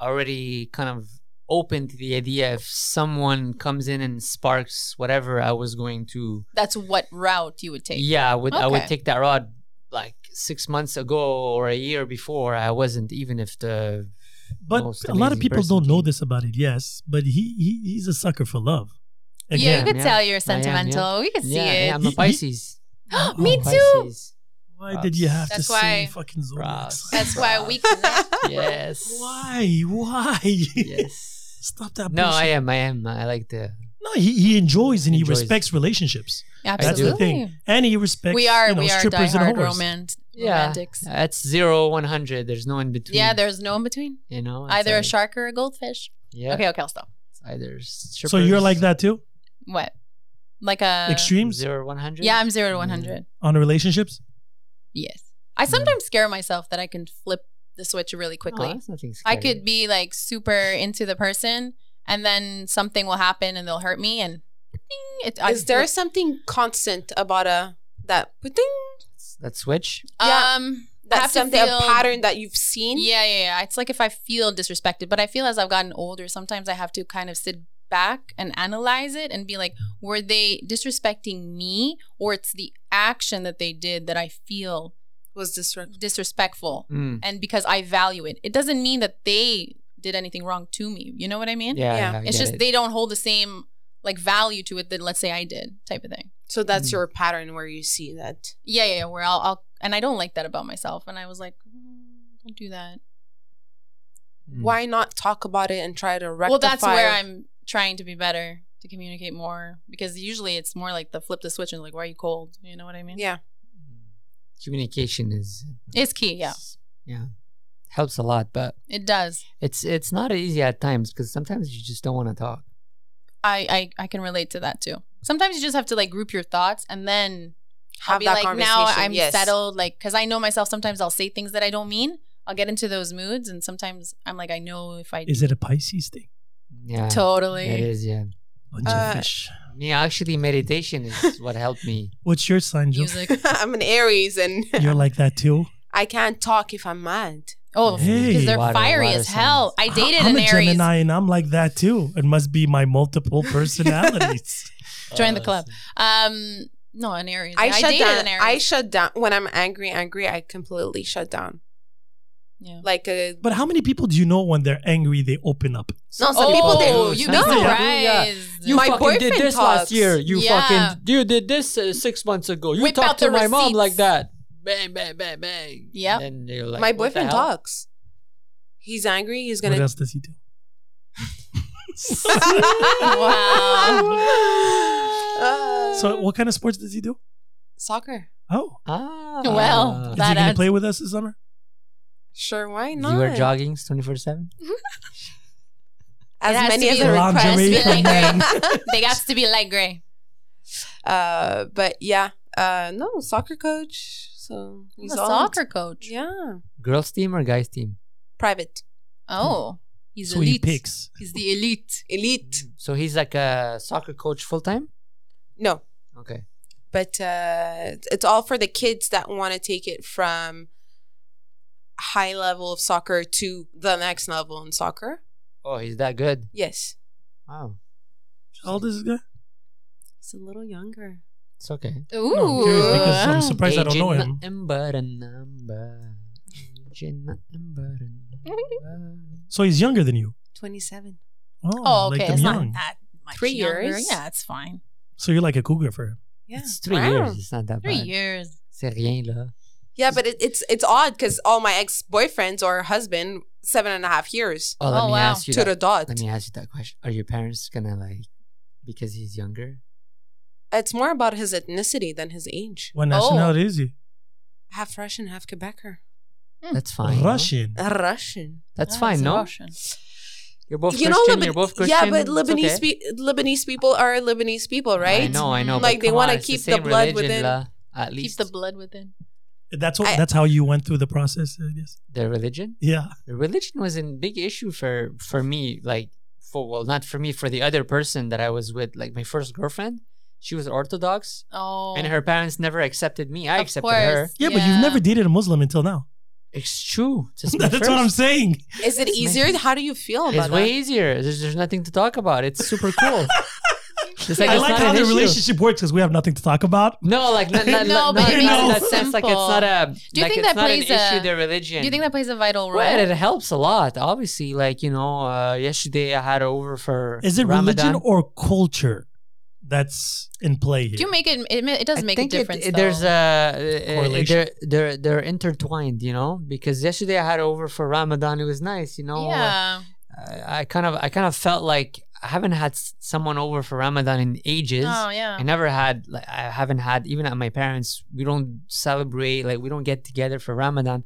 S1: already kind of open to the idea if someone comes in and sparks whatever I was going to.
S3: That's what route you would take.
S1: Yeah, I would I would
S3: Okay.
S1: take that rod like six months ago or a year before. I wasn't even if the
S2: but
S1: most
S2: a lot of
S1: amazing
S2: people
S1: person
S2: don't know
S1: came.
S2: this about it. Yes, but he, he he's a sucker for love.
S3: yeah,
S2: Again,
S3: you could
S1: Yeah.
S3: tell you're
S1: yeah.
S3: sentimental. We could see
S1: yeah,
S3: it.
S1: yeah Oh, I'm a
S2: He- he-
S1: Pisces.
S3: Me
S1: I'm a
S3: too.
S1: Pisces.
S2: why did you have
S3: That's
S2: to say
S3: why-
S2: fucking Zolax?
S1: Ross.
S3: That's why we connect.
S1: Yes.
S2: Why? Why?
S1: Yes.
S2: Stop that.
S1: No, I
S2: bullshit.
S1: am. I am. I like the.
S2: No, he, he enjoys and
S1: Enjoys.
S2: he respects relationships. That's
S1: do.
S2: the thing.
S3: Absolutely.
S2: And he respects.
S3: We are
S2: you know,
S3: we are
S2: strippers and
S3: diehard
S2: whores.
S3: romance
S1: Yeah.
S3: romantics.
S1: That's zero, one hundred. There's no in between.
S3: Yeah, there's no in between.
S1: you know, it's
S3: Either a
S1: like-
S3: shark or a goldfish.
S1: Yeah.
S3: Okay, okay, I'll stop.
S1: It's either.
S2: So you're like that too?
S3: What? Like a
S2: Extremes
S1: Zero, one hundred.
S3: Yeah, I'm zero to
S1: Mm.
S3: one hundred.
S2: on relationships?
S3: Yes. I sometimes scare myself that I can flip the switch really quickly.
S1: Oh, that's nothing
S3: I
S1: scary.
S3: could be like super into the person, and then something will happen and they'll hurt me. And ding, it, I-
S4: is there something constant about a that puting?
S1: that switch.
S4: Yeah.
S3: um I have
S4: That's
S3: to
S4: something a
S3: feel-
S4: pattern that you've seen.
S3: Yeah, yeah, yeah. It's like if I feel disrespected, but I feel as I've gotten older, sometimes I have to kind of sit back and analyze it and be like, were they disrespecting me, or it's the action that they did that I feel
S4: Was disrespectful.
S3: disrespectful,
S1: Mm.
S3: and because I value it, it doesn't mean that they did anything wrong to me. You know what I mean?
S1: Yeah,
S4: Yeah.
S1: yeah. I
S3: it's
S1: get
S3: just
S1: it.
S3: they don't hold the same like value to it that let's say I did type of thing.
S4: So that's
S1: Mm.
S4: your pattern where you see that.
S3: Yeah, yeah, yeah. Where I'll, I'll and I don't like that about myself. And I was like, mm, don't do that.
S1: Mm.
S4: Why not talk about it and try to rectify?
S3: Well, that's where I'm trying to be better to communicate more because usually it's more like the flip the switch and like, why are you cold? You know what I mean?
S4: Yeah.
S1: Communication is.
S3: It's key. Yeah,
S1: Yeah. Helps a lot, but
S3: it does.
S1: it's it's not easy at times because sometimes you just don't want to talk.
S3: I, I I can relate to that too. Sometimes you just have to like group your thoughts and then I'll
S4: Have
S3: be
S4: that
S3: like,
S4: conversation.
S3: now I'm
S4: yes.
S3: settled. Like, because I know myself. Sometimes I'll say things that I don't mean. I'll get into those moods, and sometimes I'm like, I know if I
S2: Is it a Pisces thing?
S1: Yeah.
S3: totally.
S1: It is. Yeah.
S2: Bunch
S4: Uh,
S2: of fish.
S1: Me actually, meditation is what helped me.
S2: What's your sign, Joe?
S3: Music.
S4: I'm an Aries and
S2: You're like that too?
S4: I can't talk if I'm mad.
S3: Oh, because
S2: Hey.
S3: they're
S1: Water-
S3: fiery
S1: water
S3: as hell. I dated
S2: I'm
S3: an
S2: a
S3: Aries.
S2: Gemini and I'm like that too. It must be my multiple personalities.
S3: Join the
S2: Oh,
S3: club. Um, no, an Aries.
S4: I, shut
S3: dated
S4: down.
S3: an Aries.
S4: I shut down when I'm angry. Angry, I completely shut down.
S3: yeah.
S4: Like uh, a
S2: but how many people do you know when they're angry, they open up?
S4: no, some people
S3: Oh,
S4: they
S3: you
S4: no.
S3: know,
S2: people
S1: do, yeah.
S3: right?
S1: You
S4: My
S1: fucking did
S4: boyfriend
S1: this
S4: talks.
S1: last year. You
S3: Yeah.
S1: fucking you did this uh, six months ago. You
S3: Whip out
S1: talked to
S3: the
S1: my mom like
S3: receipts.
S1: that. bang, bang, bang, bang.
S3: Yep.
S1: And then you're like,
S4: My
S1: what the
S4: boyfriend
S1: hell?
S4: talks. He's angry. He's
S2: What
S4: gonna.
S2: else does he do?
S4: wow.
S2: So, what kind of sports does he do?
S4: soccer.
S2: Oh,
S1: Ah.
S3: Well,
S2: is
S3: That
S2: he gonna
S3: adds-
S2: play with us this summer?
S4: Sure, why not?
S1: you wear joggings 24 7?
S3: It has
S4: as many
S3: to
S4: as
S3: be
S4: the
S2: like-
S4: request.
S2: Lingerie
S4: be
S2: for
S4: like-
S3: They got to be light gray.
S4: uh, but yeah, uh, no soccer coach. So
S3: I'm a
S4: he's all
S3: soccer coach.
S4: Yeah,
S1: Girls team or guys team?
S4: private
S3: Oh, he's
S2: so he
S3: elite.
S2: picks.
S3: He's the elite.
S4: elite.
S1: So he's like a soccer coach full time?
S4: No,
S1: Okay.
S4: but uh, it's all for the kids that want to take it from high level of soccer to the next level in soccer.
S1: Oh, he's that good.
S4: Yes,
S1: Wow.
S2: How old is this guy?
S4: he's a little younger.
S1: It's okay.
S3: Ooh.
S2: No, I'm curious because I'm surprised I don't know him.
S1: Agent Number and number. Agent number and number.
S2: So he's younger than you.
S4: Twenty-seven.
S2: Oh,
S3: oh, okay.
S2: like them
S3: it's
S2: young.
S3: not that much.
S4: Three
S3: younger.
S4: years?
S3: Yeah, it's fine.
S2: So you're like a cougar for him.
S4: Yeah.
S1: It's three
S4: Wow.
S1: years. It's not that
S3: Three
S1: bad.
S3: years.
S1: C'est rien, là.
S4: Yeah, but it, it's it's odd because all my ex boyfriends or husband seven and a half years
S1: Oh, let
S3: Oh,
S1: me
S3: wow.
S1: ask you
S4: to
S1: that.
S4: the dot.
S1: Let me ask you that question. Are your parents gonna like because he's younger?
S4: It's more about his ethnicity than his age.
S2: What
S3: Oh.
S2: nationality is he?
S4: Half Russian, half Quebecer.
S3: Hmm.
S1: That's fine. no?
S2: Russian.
S4: Russian.
S1: That's
S3: Oh,
S1: fine,
S3: it's
S1: no?
S3: Russian.
S1: You're both
S4: you
S1: Christian,
S4: know,
S1: you're
S4: Liban-
S1: both Christian.
S4: yeah, but
S1: it's
S4: Lebanese
S1: okay.
S4: pe- Lebanese people are Lebanese people, right?
S1: I know, I know. but
S4: Like, they
S1: come
S4: wanna
S1: on, it's
S4: keep the
S1: same
S4: blood
S1: religion,
S4: within.
S1: lah, at least
S3: Keep the blood within.
S2: That's what.
S4: I-
S2: that's how you went through the process, I guess.
S1: the religion.
S2: Yeah.
S1: The religion was a big issue for for me. Like, for well, not for me, for the other person that I was with. Like my first girlfriend, she was Orthodox,
S3: Oh.
S1: and her parents never accepted me. I
S3: Of
S1: accepted
S3: course.
S1: her.
S2: yeah, but you've never dated a Muslim until now.
S1: It's true. It's just my
S2: that's what I'm
S1: first.
S2: saying.
S4: Is it easier? How do you feel about
S1: It's way
S4: that?
S1: easier. There's, there's nothing to talk about. It's super cool. It's like
S2: I
S1: it's
S2: like
S1: not
S2: how
S1: an
S2: the
S1: issue.
S2: relationship works because we have nothing to talk about.
S1: No, like not, not,
S3: No,
S1: not,
S3: but
S1: not
S2: it
S1: in
S2: makes
S1: that
S2: it
S1: sense. Like it's
S3: simple.
S1: not a.
S3: Do you
S1: like,
S3: think
S1: it's
S3: that
S1: not
S3: plays
S1: an
S3: a-
S1: issue? The religion.
S3: Do you think that plays a vital role?
S1: Well, it helps a lot. Obviously, like you know, uh, yesterday I had over for
S2: Is it
S1: Ramadan.
S2: religion or culture that's in play here?
S3: Do you make it? It, ma- it does
S1: I
S3: make
S1: think
S3: a
S1: it-
S3: difference.
S1: it- there's
S3: though.
S1: a uh, uh,
S2: Correlation.
S1: they're they're they're intertwined, you know. Because yesterday I had over for Ramadan. It was nice, you know.
S3: yeah.
S1: I, I kind of I kind of felt like I haven't had s- someone over for Ramadan in ages.
S3: Oh
S1: I
S4: Uh-huh.
S3: yeah.
S1: never had like I haven't had even at my parents we don't celebrate like we don't get together for Ramadan.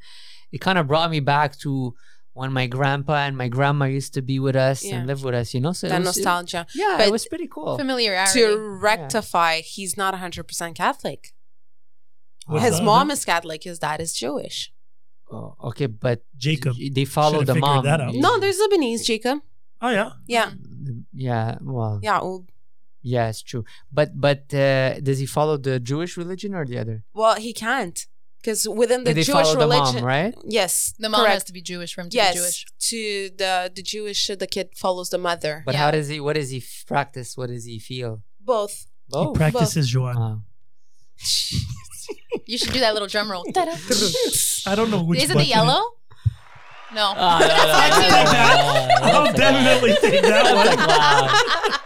S1: It kind of brought me back to when my grandpa and my grandma used to be with us
S4: Yeah.
S1: and live with us, you know. So it
S4: That
S1: was, it-
S4: nostalgia.
S1: yeah, it
S4: But
S1: was pretty cool.
S3: Familiarity.
S4: To rectify, he's not 100% Catholic.
S2: What's
S4: His
S2: that?
S4: mom is Catholic, his dad is Jewish.
S1: Oh, okay, but
S2: Jacob.
S1: they follow
S2: Should've
S1: the
S2: figured
S1: mom.
S2: that out.
S4: No, there's Lebanese, Jacob.
S2: Oh yeah.
S4: Yeah.
S3: Mm-hmm.
S1: yeah, well, yeah,
S4: Yeah. oh, Well,
S1: it's true. But but uh, does he follow the Jewish religion or the other?
S4: well he can't because within the
S1: they
S4: Jewish
S1: follow
S4: religion.
S1: the mom, right?
S4: Yes.
S3: the mom has
S4: correct.
S3: to be Jewish for him to
S4: yes.
S3: be Jewish.
S4: To the, the Jewish, the kid follows the mother.
S1: But
S3: Yeah.
S1: how does he? What does he f- practice? What does he feel?
S4: Both.
S1: Oh,
S2: he practices Joanne.
S1: wow.
S3: You should do that little drum roll. Ta-da.
S2: I don't know which.
S3: Is it the
S2: button
S3: yellow? No.
S1: Ah, no, no, no, no, no, no, no,
S2: I'll
S1: that's a
S2: definitely take that
S1: lie.
S2: one.
S1: That's a lie.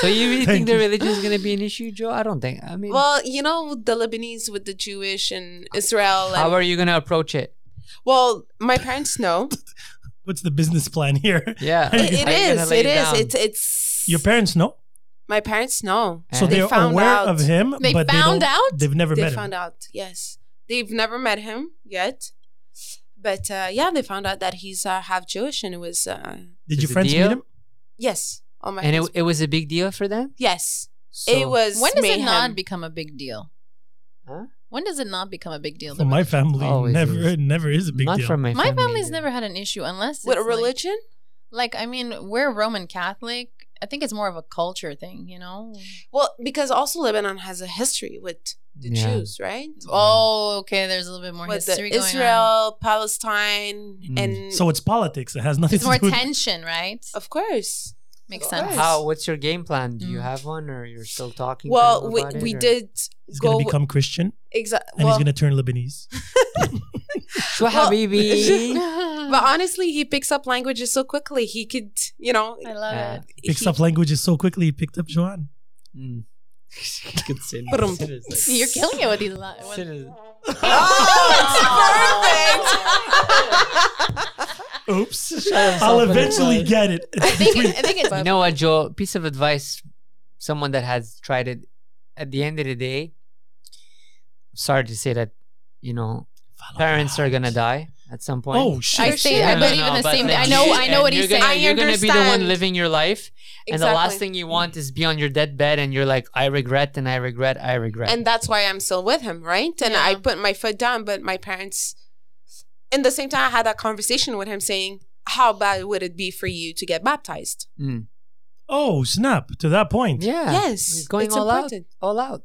S1: So you really think
S2: Thank
S1: the
S2: you.
S1: religion is going to be an issue, Joe? I don't think.
S3: Mm.
S1: I mean,
S4: Well, you know, the Lebanese with the Jewish and Israel.
S1: how
S4: And,
S1: are you going to approach it?
S4: well, my parents know.
S2: What's the business plan here?
S1: Yeah,
S2: It-
S4: It- it
S1: Are you gonna
S4: is.
S1: lay
S4: It is.
S1: down?
S4: It's. It's.
S2: Your parents know,
S4: my parents know.
S2: so
S1: And-
S2: they
S4: They
S2: are
S4: found
S2: aware
S4: out.
S2: of him.
S3: They
S2: but
S3: found
S2: they don't-
S3: out?
S2: They've never
S4: They
S2: met
S4: found
S2: him.
S4: out. Yes, they've never met him yet, but uh, yeah, they found out that he's uh, half Jewish, and it was uh,
S2: Did
S1: Is
S2: your
S1: it
S2: friends
S1: deal?
S2: meet him?
S4: yes. Oh my.
S1: and it,
S4: friends-
S1: it was a big deal for them.
S4: yes,
S1: So,
S4: it was.
S3: When does it
S4: mayhem.
S3: not become a big deal?
S1: Huh?
S3: When does it not become a big deal?
S2: For my family,
S1: Always
S2: never,
S1: is.
S2: never is a big
S1: Not
S2: deal.
S1: from my
S3: My
S1: family.
S3: family's
S1: dude.
S3: never had an issue unless
S4: With
S3: it's, like-
S4: religion?
S3: Like, I mean, we're Roman Catholic. I think it's more of a culture thing, you know.
S4: well, because also Lebanon has a history with the
S1: Yeah.
S4: Jews, right?
S3: Oh, okay. There's a little bit more
S4: With the
S3: history going on.
S4: Israel, Palestine,
S1: Mm.
S4: and
S2: so it's politics. It has nothing
S3: It's more
S2: to do with.
S3: tension, right?
S4: of course.
S3: Makes
S4: of
S3: sense.
S4: course.
S1: How? What's your game plan? Do you
S3: Mm.
S1: have one, or you're still talking? to
S4: Well,
S1: them
S4: we,
S1: about it,
S4: we
S1: or-
S4: did
S2: He's
S4: go
S2: gonna become Christian
S4: exactly.
S2: and
S4: Well,
S2: he's gonna turn Lebanese.
S1: So, habibi.
S4: but honestly, he picks up languages so quickly. He could, you know,
S3: I love
S1: Yeah.
S3: it.
S2: Picks
S4: he-
S2: up languages so quickly. He picked up Joanne.
S1: Mm. You could say that.
S4: Brum.
S1: Seriously.
S3: You're killing it with these. li- with-
S1: Seriously.
S4: Oh, it's perfect.
S2: Oops.
S1: Shot himself
S2: I'll
S1: in the
S2: eventually
S1: foot.
S2: get it.
S3: I think it, I think it's
S1: You know what, Joel? Piece of advice, someone that has tried it. At the end of the day, sorry to say that, you know,
S2: Follow
S1: parents
S2: that.
S1: are gonna die at some point.
S2: Oh
S3: I
S2: shit!
S3: say I
S1: No, no,
S3: believe
S1: no,
S3: in the
S1: but
S3: same
S1: like
S3: I know
S1: you-
S3: I know what
S1: and you're
S3: he's saying.
S1: gonna-
S4: I
S1: you're gonna be the one
S4: understand.
S1: living your life, and the last
S4: Exactly.
S1: thing you want is be on your deathbed and you're like, I regret and I regret, I regret.
S4: and that's why I'm still with him, right? And I
S3: Yeah.
S4: put my foot down, but my parents, in the same time, I had that conversation with him saying, "How bad would it be for you to get baptized?"
S1: Mm.
S2: Oh snap! To that point.
S1: yeah,
S4: Yes,
S1: It's going
S4: it's
S1: all
S4: important.
S1: out, all out.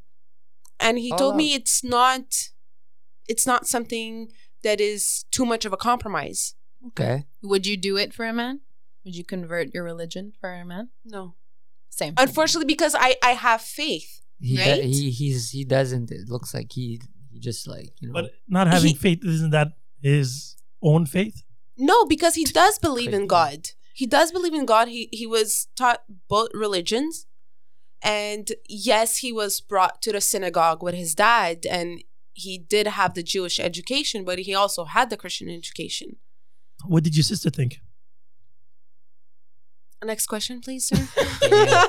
S4: And he
S1: All
S4: told me it's not, it's not something that is too much of a compromise.
S1: Okay,
S3: Would you do it for a man? Would you convert your religion for a man?
S4: No,
S3: Same.
S4: unfortunately, because I I have faith.
S1: he do-
S4: Right?
S1: he he's he doesn't. It looks like he he just like you know.
S2: But not having
S4: He-
S2: faith isn't that his own faith?
S4: No, because he does believe
S1: Crazy.
S4: in God. He does believe in God. He he was taught both religions. And yes, he was brought to the synagogue with his dad and he did have the Jewish education, but he also had the Christian education.
S2: What did your sister think?
S4: Next question, please, sir.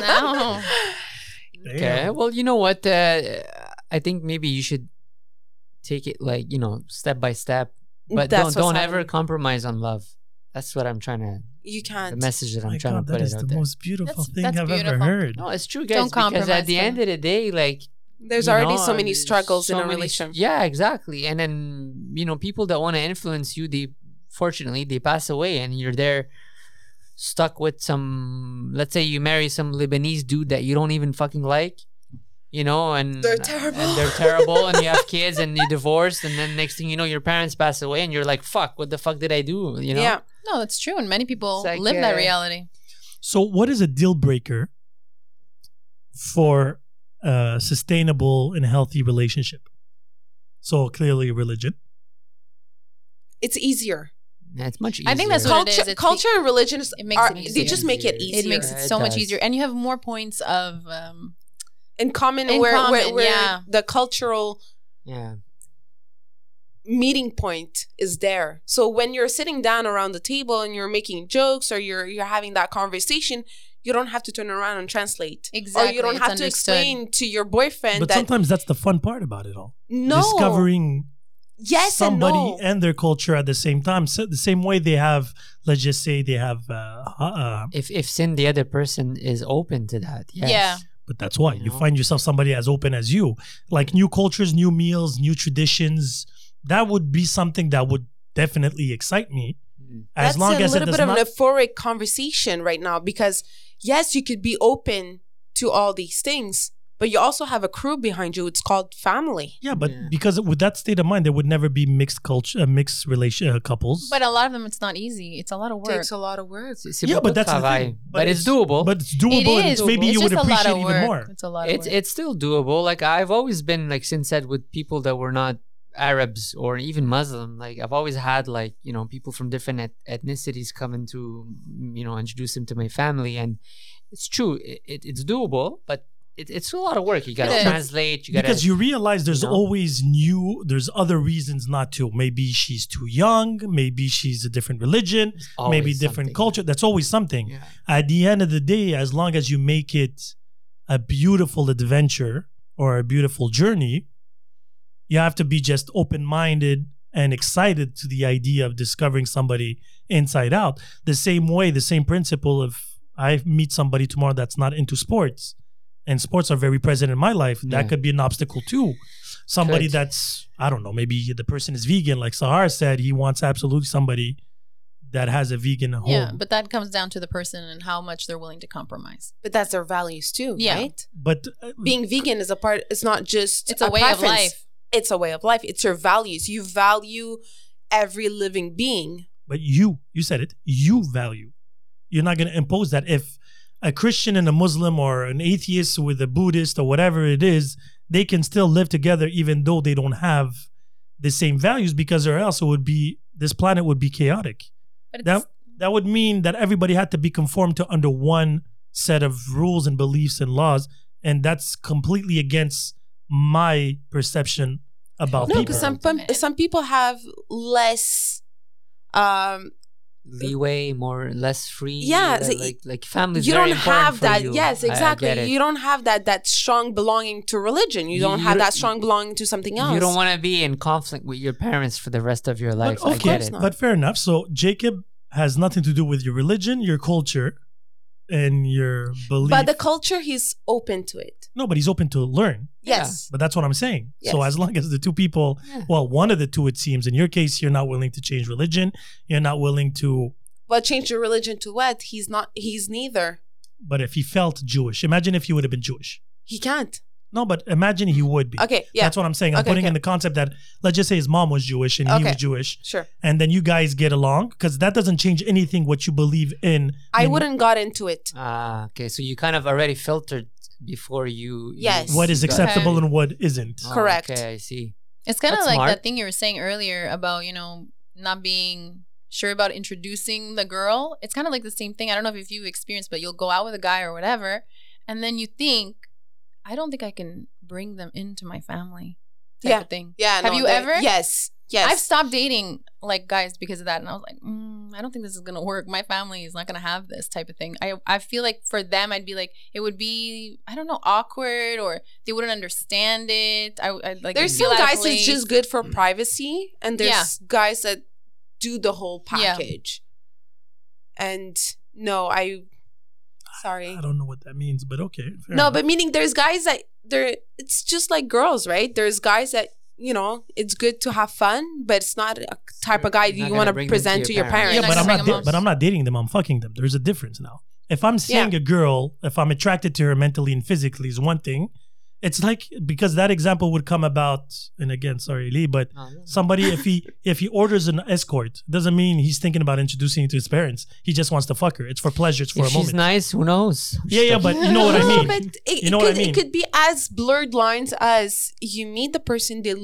S3: No.
S1: Okay. Well, you know what? Uh, I think maybe you should take it like you know, step by step. But
S4: That's what's
S1: don't don't ever
S4: happening.
S1: compromise on love. That's what I'm trying to.
S4: You
S1: The
S4: can't.
S1: message that I'm
S2: My
S1: trying
S2: God,
S1: to put
S2: that
S1: it
S2: is
S1: out
S2: the
S1: there.
S2: most beautiful
S3: That's-
S2: thing
S3: that's
S2: I've ever
S3: beautiful.
S2: heard.
S4: Oh.
S1: No, it's true, guys.
S3: Don't
S1: because at
S3: compromise
S1: the end
S3: them.
S1: of the day, like
S4: There's
S1: you
S4: already
S1: know,
S4: so many
S1: there's
S4: struggles
S1: so
S4: in a
S1: many-
S4: relationship.
S1: Yeah, exactly. And then you know, people that want to influence you, they fortunately they pass away, and you're there stuck with some. Let's say you marry some Lebanese dude that you don't even fucking like. You know, and
S4: They're terrible.
S1: And they're terrible, and you have kids, and you divorced, and then next thing you know, your parents pass away, and you're like, "Fuck, what the fuck did I do?" You know,
S4: Yeah.
S3: No, that's true, and many people
S1: It's like,
S3: live that
S1: uh,
S3: reality.
S2: So, what is a deal breaker for a sustainable and healthy relationship? So clearly, religion.
S4: It's easier. Yeah,
S1: it's much. Easier.
S3: I think that's what it is.
S4: Culture,
S3: It's
S4: culture and religion is-
S3: it makes
S4: are-
S3: it
S4: they
S3: easier.
S4: just make it easier.
S3: It makes it
S1: It
S3: so much
S1: does.
S3: easier, and you have more points of um,
S4: in common
S3: In
S4: where, where,
S3: common,
S4: where
S3: yeah.
S4: the cultural
S1: yeah.
S4: meeting point is there. So when you're sitting down around the table and you're making jokes or you're you're having that conversation, you don't have to turn around and translate. Or
S3: Exactly,
S4: you don't
S3: it's
S4: have to
S3: understood.
S4: explain to your boyfriend
S2: but
S4: that
S2: sometimes that's the fun part about it all.
S4: no
S2: Discovering
S4: yes
S2: somebody
S4: and no.
S2: their culture at the same time. So the same way they have, let's just say they have, uh, uh, uh,
S1: If if sin, the other person is open to that. Yes.
S3: Yeah.
S2: but that's why
S1: You
S2: you
S1: know?
S2: find yourself somebody as open as you. Like new cultures, new meals, new traditions. That would be something that would definitely excite me.
S1: Mm.
S2: As
S4: That's
S2: long
S4: a
S2: as it
S4: little
S2: does
S4: bit of
S2: not,
S4: an euphoric conversation right now because yes, you could be open to all these things, but you also have a crew behind you. It's called family.
S2: yeah, but
S1: Yeah.
S2: because with that state of mind, there would never be mixed culture, uh, mixed relation uh, couples.
S3: But a lot of them, it's not easy. It's a lot of work.
S4: takes a lot of work.
S1: C'est- c'est
S2: yeah,
S1: beaucoup
S2: but
S1: de
S2: that's the
S1: travail,
S2: thing.
S1: But, it's, doable.
S2: But it's doable. and
S3: it
S2: it's
S3: is.
S2: maybe
S3: It's
S2: you would
S3: just a lot
S2: appreciate
S3: of
S2: it even
S3: work.
S2: more.
S3: It's a lot.
S1: it's
S3: of work.
S1: it's still doable. Like I've always been like since said with people that were not Arabs or even Muslim. Like I've always had like you know people from different et- ethnicities coming to mm, you know introduce them to my family, and it's true. It, it, it's doable, but it, it's a lot of work. You gotta
S3: It is.
S1: translate. You gotta
S2: because you realize there's
S1: you know?
S2: always new there's other reasons not to maybe she's too young maybe she's a different religion
S1: always
S2: maybe different
S1: something.
S2: culture that's always something
S1: Yeah.
S2: at the end of the day as long as you make it a beautiful adventure or a beautiful journey you have to be just open-minded and excited to the idea of discovering somebody inside out the same way the same principle if i meet somebody tomorrow that's not into sports and sports are very present in my life
S1: Yeah.
S2: that could be an obstacle too somebody
S1: Could.
S2: that's i don't know maybe the person is vegan like sahar said he wants absolutely somebody that has a vegan home
S3: yeah, but that comes down to the person and how much they're willing to compromise.
S4: But that's their values too,
S3: Yeah.
S4: right?
S2: but uh,
S4: Being vegan is a part. It's not just.
S3: It's a, way of
S4: preference.
S3: life.
S4: It's a way of life. It's your values. You value every living being.
S2: but you you said it you value you're not going to impose that if a christian and a muslim or an atheist with a buddhist or whatever it is they can still live together even though they don't have the same values because or else it would be this planet would be chaotic
S3: But it's,
S2: that that would mean that everybody had to be conformed to under one set of rules and beliefs and laws and that's completely against my perception about
S4: No,
S2: people.
S4: because some pum- some people have less. Um,
S1: leeway, more less free.
S4: Yeah,
S1: li-
S4: so y-
S1: like like, family. is
S4: you
S1: very
S4: don't
S1: important
S4: have
S1: for
S4: that.
S1: you.
S4: Yes,
S1: I- I
S4: exactly.
S1: get it.
S4: You don't have that that strong belonging to religion. You
S1: You-
S4: don't
S1: you
S4: have
S1: don't-
S4: that strong belonging to something else.
S1: You don't want to be in conflict with your parents for the rest of your life.
S2: But,
S1: I
S2: of
S1: get
S2: course
S1: it.
S4: not.
S2: but fair enough. So Jacob has nothing to do with your religion, your culture, and your belief.
S4: But the culture, he's open to it.
S2: no, but he's open to learn.
S1: Yeah.
S4: Yes.
S2: But that's what I'm saying. So
S4: Yes.
S2: as long as the two people,
S1: Yeah.
S2: well, one of the two, it seems. In your case, you're not willing to change religion. You're not willing to.
S4: But change your religion to what? He's not. He's neither.
S2: But if he felt Jewish, imagine if he would have been Jewish.
S4: He can't.
S2: No, but imagine he would be.
S4: Okay. Yeah.
S2: That's what I'm saying. I'm
S4: Okay,
S2: putting
S4: okay.
S2: in the concept that let's just say his mom was Jewish and he
S4: Okay.
S2: was Jewish,
S4: sure.
S2: and then you guys get along because that doesn't change anything what you believe in.
S4: I
S2: when-
S1: Mm-hmm.
S4: wouldn't got into it.
S1: Ah, okay. So you kind of already filtered before you. you
S4: Yes.
S2: What is
S1: got-
S2: acceptable
S3: Okay.
S2: and what isn't.
S1: Ah,
S4: Correct.
S1: Okay, I see.
S3: It's kind of
S1: That's
S3: like
S1: smart.
S3: that thing you were saying earlier about, you know, not being sure about introducing the girl. It's kind of like the same thing. I don't know if you experienced, but you'll go out with a guy or whatever, and then you think, I don't think I can bring them into my family type
S4: Yeah.
S3: of thing.
S4: Yeah.
S3: Have
S4: no,
S3: you
S4: the-
S3: ever?
S4: Yes. Yes.
S3: I've stopped dating like guys because of that, and I was like, mm, I don't think this is gonna work. My family is not gonna have this type of thing. I I feel like for them, I'd be like, it would be I don't know awkward or they wouldn't understand it. I I'd like
S4: there's
S3: feel
S4: some
S3: out of
S4: guys that's
S3: place.
S4: just good for privacy, and there's guys that do the whole
S3: Yeah.
S4: package. And no, I. Sorry.
S2: I don't know what that means, but okay. fair
S4: No,
S2: enough.
S4: but meaning there's guys that there. It's just like girls, right? There's guys that you know it's good to have fun, but it's not a type of guy
S1: You're not
S4: you
S1: gonna
S4: want to
S1: bring them
S4: present to your parents.
S2: yeah,
S3: You're
S2: but
S3: not
S2: I'm
S3: gonna
S2: not.
S3: bring
S2: da-
S3: 'em
S2: but
S3: up.
S2: I'm not dating them. I'm fucking them. There's a difference now. If I'm seeing a girl, if I'm attracted to her mentally and physically, is one thing. It's like because that example would come about, and again, sorry, Lee, but
S1: Oh, yeah.
S2: somebody if he if he orders an escort, doesn't mean he's thinking about introducing you to his parents. He just wants to fuck her. It's for pleasure. It's for
S1: if
S2: a
S1: she's
S2: moment.
S1: nice, who knows?
S2: yeah, yeah, but you know what I
S4: No,
S2: mean.
S4: but it,
S2: You know
S4: it
S2: what I
S4: could,
S2: mean.
S4: it could be as blurred lines as you meet the person they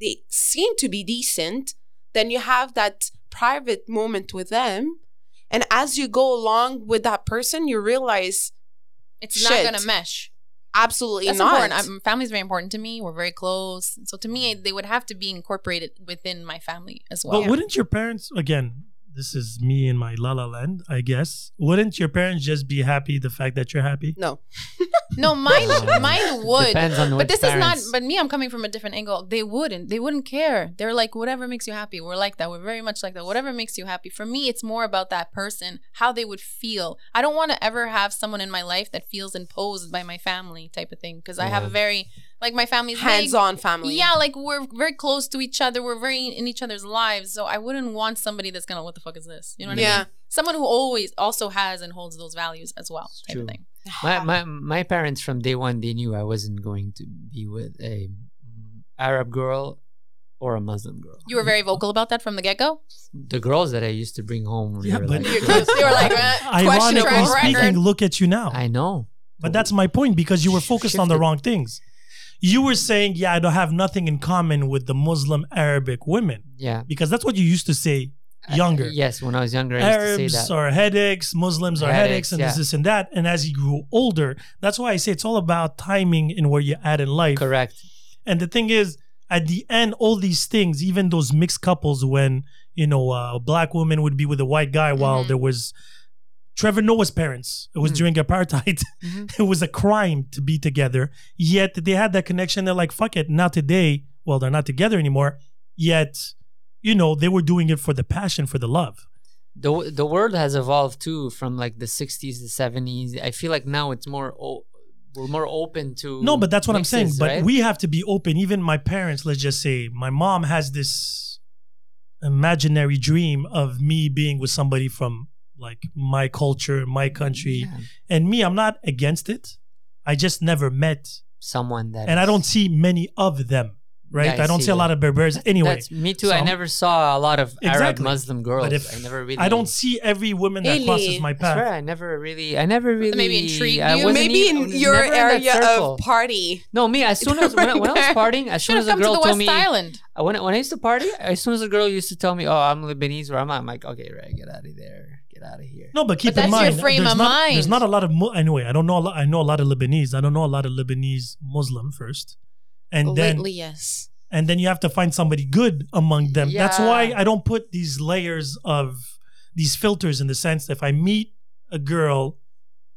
S4: they seem to be decent, then you have that private moment with them, and as you go along with that person, you realize
S3: it's
S4: Shit.
S3: not gonna mesh.
S4: absolutely
S3: That's
S4: not.
S3: important. I'm, family's very important to me. We're very close, so to me, they would have to be incorporated within my family as well.
S2: But wouldn't your parents again? This is me in my la la land, I guess. Wouldn't your parents just be happy the fact that you're happy?
S4: no,
S3: no, mine,
S1: Uh,
S3: mine would.
S1: Depends on
S3: But
S1: which
S3: this
S1: parents.
S3: is not. But me, I'm coming from a different angle. They wouldn't. They wouldn't care. They're like whatever makes you happy. We're like that. We're very much like that. Whatever makes you happy. For me, it's more about that person, how they would feel. I don't want to ever have someone in my life that feels imposed by my family type of thing because I have
S1: Yeah.
S3: a very like my family's big,
S4: hands-on family.
S3: Yeah, like we're very close to each other. We're very in each other's lives. So I wouldn't want somebody that's gonna what the fuck is this? You know what I
S4: yeah.
S3: mean? Someone who always also has and holds those values as well, type
S1: True.
S3: of thing.
S1: my, my my parents from day one they knew I wasn't going to be with a mm, Arab girl or a Muslim girl.
S3: You were very vocal about that from the get go.
S1: the girls that I used to bring home.
S2: Yeah,
S1: were
S2: but-
S1: like,
S3: You were like, eh, question
S2: Ironically
S3: your own
S2: speaking,
S3: record.
S2: look at you now.
S1: I know,
S2: But that's my point because you were focused on the
S1: Shifted.
S2: wrong things. You were saying, yeah, I don't have nothing in common with the Muslim Arabic women
S1: yeah.
S2: because that's what you used to say younger.
S1: Yes, when I was younger, Uh, I used to say
S2: Arabs
S1: that.
S2: are headaches, Muslims are headaches,
S1: Headaches,
S2: and this,
S1: yeah.
S2: this, and that. And as you grew older, that's why I say it's all about timing and where you're at in life.
S1: Correct.
S2: And the thing is, at the end, all these things, even those mixed couples, when you know uh, a black woman would be with a white guy, while
S3: Mhm.
S2: there was Trevor Noah's parents. It was
S1: Mm.
S2: during apartheid.
S1: Mhm.
S2: it was a crime to be together. Yet they had that connection. They're like, fuck it. Now today, well, they're not together anymore. Yet, you know, they were doing it for the passion, for the love.
S1: The the world has evolved too from like the 60s, the 70s. I feel like now it's more o- we're more open to
S2: No, but that's what I'm saying.
S1: mixes,
S2: But
S1: right?
S2: we have to be open. Even my parents, let's just say, my mom has this imaginary dream of me being with somebody from like my culture, my country.
S1: Yeah.
S2: And me, I'm not against it. I just never met,
S1: someone that
S2: and I
S1: is-
S2: don't see many of them, right?
S1: Yeah, I
S2: I don't
S1: see
S2: see a lot
S1: that.
S2: of Berbers anyway.
S1: That's me too.
S2: So
S1: I
S2: I'm-
S1: never saw a lot of Arab
S2: Exactly.
S1: Muslim girls.
S2: But if
S1: I never really
S2: I don't see every woman that
S4: Really?
S2: crosses my
S1: I swear,
S2: path.
S1: I never really, I never really.
S3: intrigued
S1: I
S3: you?
S1: wasn't
S4: Maybe
S1: even- I
S4: in
S1: was
S4: your
S1: never in that
S4: area
S1: circle.
S4: of party.
S1: No, me. As soon as when I, when I was partying, as
S3: Should
S1: soon
S3: have
S1: as a
S3: come to
S1: girl
S3: the
S1: told
S3: West
S1: me,
S3: Island.
S1: I- when I- when I used to party, as soon as a girl used to tell me, "Oh, I'm Lebanese," or "I'm," I'm like, "Okay, right, get out of there, get out of here."
S2: No, but keep
S3: But
S2: in
S3: that's your
S2: mind,
S3: frame
S2: there's
S3: of
S2: not,
S3: mind.
S2: There's not a lot of Mu- anyway. I don't know. A lot, I know a lot of Lebanese. I don't know a lot of Lebanese Muslim first, and then
S4: Oh, Lately, yes.
S2: and then you have to find somebody good among them. That's
S1: Yeah.
S2: why I don't put these layers of these filters in the sense that if I meet a girl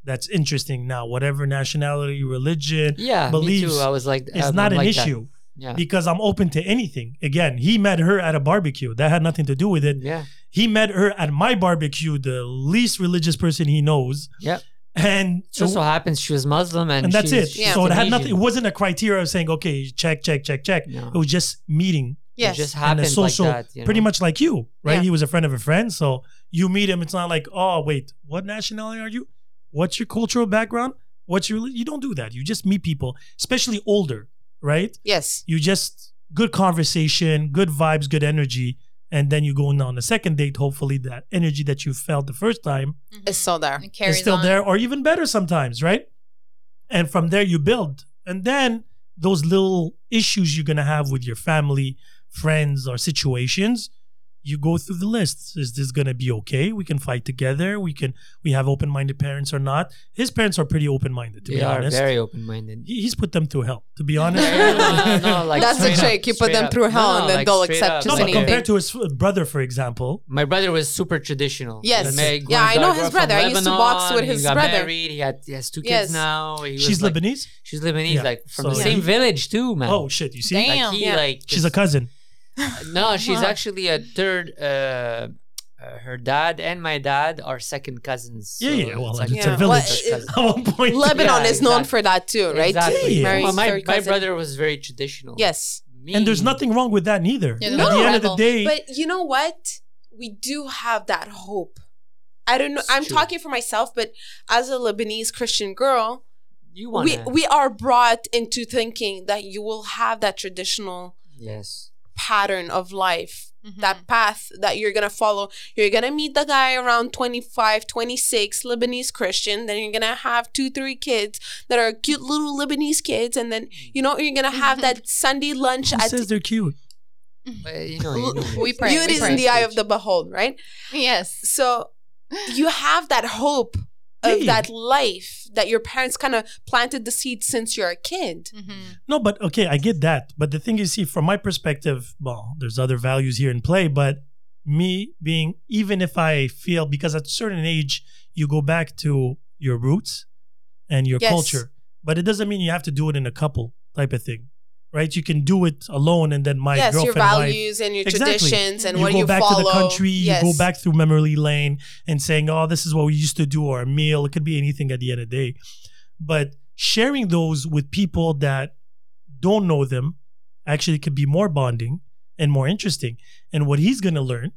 S2: that's interesting now, whatever nationality, religion,
S1: Yeah, me
S2: Beliefs
S1: too. I was like,
S2: it's
S1: I'm
S2: not an
S1: like that.
S2: issue
S1: Yeah,
S2: because I'm open to anything. Again, he met her at a barbecue. That had nothing to do with it.
S1: yeah,
S2: He met her at my barbecue, the least religious person he knows.
S1: yeah.
S2: And
S1: It just so happens she was Muslim, and,
S2: and that's
S1: she's-
S2: it.
S1: she's
S2: So it had nothing. It
S1: Tunisian.
S2: wasn't a criteria of saying, okay, check, check, check, check.
S1: No.
S2: It was just meeting,
S1: It just happened
S2: and a social,
S1: like that. You know?
S2: pretty much like you, right?
S4: Yeah.
S2: He was a friend of a friend, so you meet him. It's not like, oh, wait, what nationality are you? What's your cultural background? What's your? You don't do that. You just meet people, especially older, right?
S4: Yes.
S2: You just good conversation, good vibes, good energy, and then you go on the second date. Hopefully, that energy that you felt the first time
S4: It's still there.
S3: Mm-hmm. It
S2: is
S3: carries
S2: still
S3: on.
S2: there or even better sometimes, right? And from there you build. And then those little issues you're going to have with your family, friends or situations, you go through the list. Is this going to be okay? We can fight together. We can we have open-minded parents or not. His parents are pretty open-minded to
S1: They
S2: be
S1: are
S2: honest.
S1: very open-minded.
S2: He- he's put them through hell, to be honest.
S1: Yeah, no, no, like
S4: That's the
S1: straight up,
S4: trick. You put
S1: straight
S4: them
S1: up.
S4: through hell
S1: No,
S4: and then
S1: like
S4: they'll
S1: straight
S4: accept
S1: up,
S4: just
S2: no, but
S1: like,
S4: anything.
S2: compared to his brother, for example,
S1: My brother was super traditional.
S4: Yes.
S1: He married-
S4: Yeah, I
S1: grew
S4: know
S1: up
S4: his
S1: from
S4: brother. I used to box with
S1: Lebanon,
S4: his
S1: he got
S4: brother.
S1: Married. He, had, he has two kids
S4: Yes.
S1: now. He was
S2: she's
S1: like,
S2: Lebanese.
S1: She's Lebanese,
S2: Yeah.
S1: like from
S2: So
S1: the
S3: he-
S1: same village too, man.
S2: Oh shit, you see?
S3: Damn.
S1: like, he,
S4: Yeah.
S1: like
S2: She's a
S1: just-
S2: cousin.
S1: no. She's
S3: Wow.
S1: actually a third. Uh, uh, her dad and my dad are second cousins.
S2: Yeah,
S1: so
S2: yeah, well,
S1: like
S2: it's
S4: a
S1: third
S4: village.
S1: cousin.
S4: Well, it-
S2: At one point,
S4: Lebanon
S1: Yeah,
S4: is known
S1: exactly.
S4: for that too, uh, right?
S1: Exactly.
S2: Yeah.
S4: Marries
S1: Well, my,
S4: third
S1: my
S4: cousin.
S1: brother was very traditional.
S4: Yes.
S1: Me-
S2: and there's nothing wrong with that neither.
S3: Yeah,
S2: At
S3: there's
S2: the
S4: no
S2: end of the
S3: rebel.
S2: day,
S4: But you know what? We do have that hope. I don't know.
S1: It's
S4: I'm
S1: true.
S4: talking for myself, but as a Lebanese Christian girl,
S1: You want
S4: we, we are brought into thinking that you will have that traditional
S1: yes.
S4: pattern of life,
S3: Mhm.
S4: that path that you're going to follow. You're going to meet the guy around 25, 26, Lebanese Christian. Then you're going to have two, three kids that are cute little Lebanese kids. And then, you know, you're going to have that Sunday lunch
S2: who
S4: at.
S2: says they're cute?
S1: But, you know, you know
S3: We pray.
S4: Beauty
S3: we
S4: is
S3: pray.
S4: in the eye of the behold, right?
S3: yes.
S4: So you have that hope of
S2: Yeah.
S4: that life that your parents kind of planted the seed since you're a kid.
S3: Mhm.
S2: No, but okay, I get that. But the thing is, see, from my perspective, well, there's other values here in play, but me being, even if I feel, because at a certain age, you go back to your roots and your
S4: Yes.
S2: culture, but it doesn't mean you have to do it in a couple type of thing, right? You can do it alone and then my
S4: yes, your
S2: girlfriend, wife,
S4: values and your
S2: Exactly.
S4: traditions and
S2: you
S4: what
S2: go
S4: you
S2: back
S4: follow.
S2: to the country,
S4: yes.
S2: you go back through memory lane and saying, oh, this is what we used to do, or a meal. It could be anything at the end of the day. But sharing those with people that don't know them actually could be more bonding and more interesting. And what he's going to learn,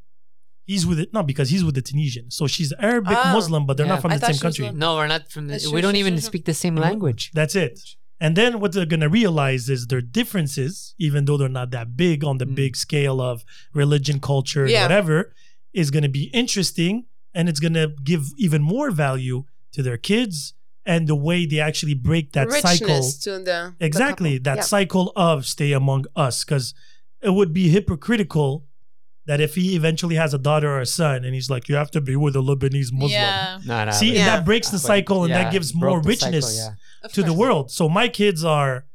S2: he's with it, not because he's with the Tunisian. So she's Arabic
S4: Ah.
S2: Muslim, but they're
S1: Yeah.
S2: not from
S4: I
S2: the
S4: thought
S2: same
S4: she was
S2: country.
S4: Lebanese.
S1: No, we're not from the,
S4: That's
S1: we
S4: true,
S1: don't
S4: true,
S1: even
S4: true.
S1: speak the same language.
S2: That's it. And then what they're going to realize is their differences, even though they're not that big on the
S1: Mm.
S2: big scale of religion, culture, and
S4: Yeah.
S2: whatever, is going to be interesting and it's going to give even more value to their kids and the way they actually break that cycle.
S4: Richness to the the
S2: Exactly.
S4: couple.
S2: that
S4: Yeah.
S2: cycle of stay among us. Because it would be hypocritical that if he eventually has a daughter or a son and he's like, you have to be with a Lebanese Muslim.
S3: Yeah.
S1: No, no.
S2: See,
S1: but-
S4: Yeah.
S2: that breaks the
S1: but-
S2: cycle and
S1: yeah,
S2: that gives
S1: broke
S2: more
S1: the cycle,
S2: richness
S1: yeah.
S4: Of
S2: to the
S4: course.
S2: world. So my kids are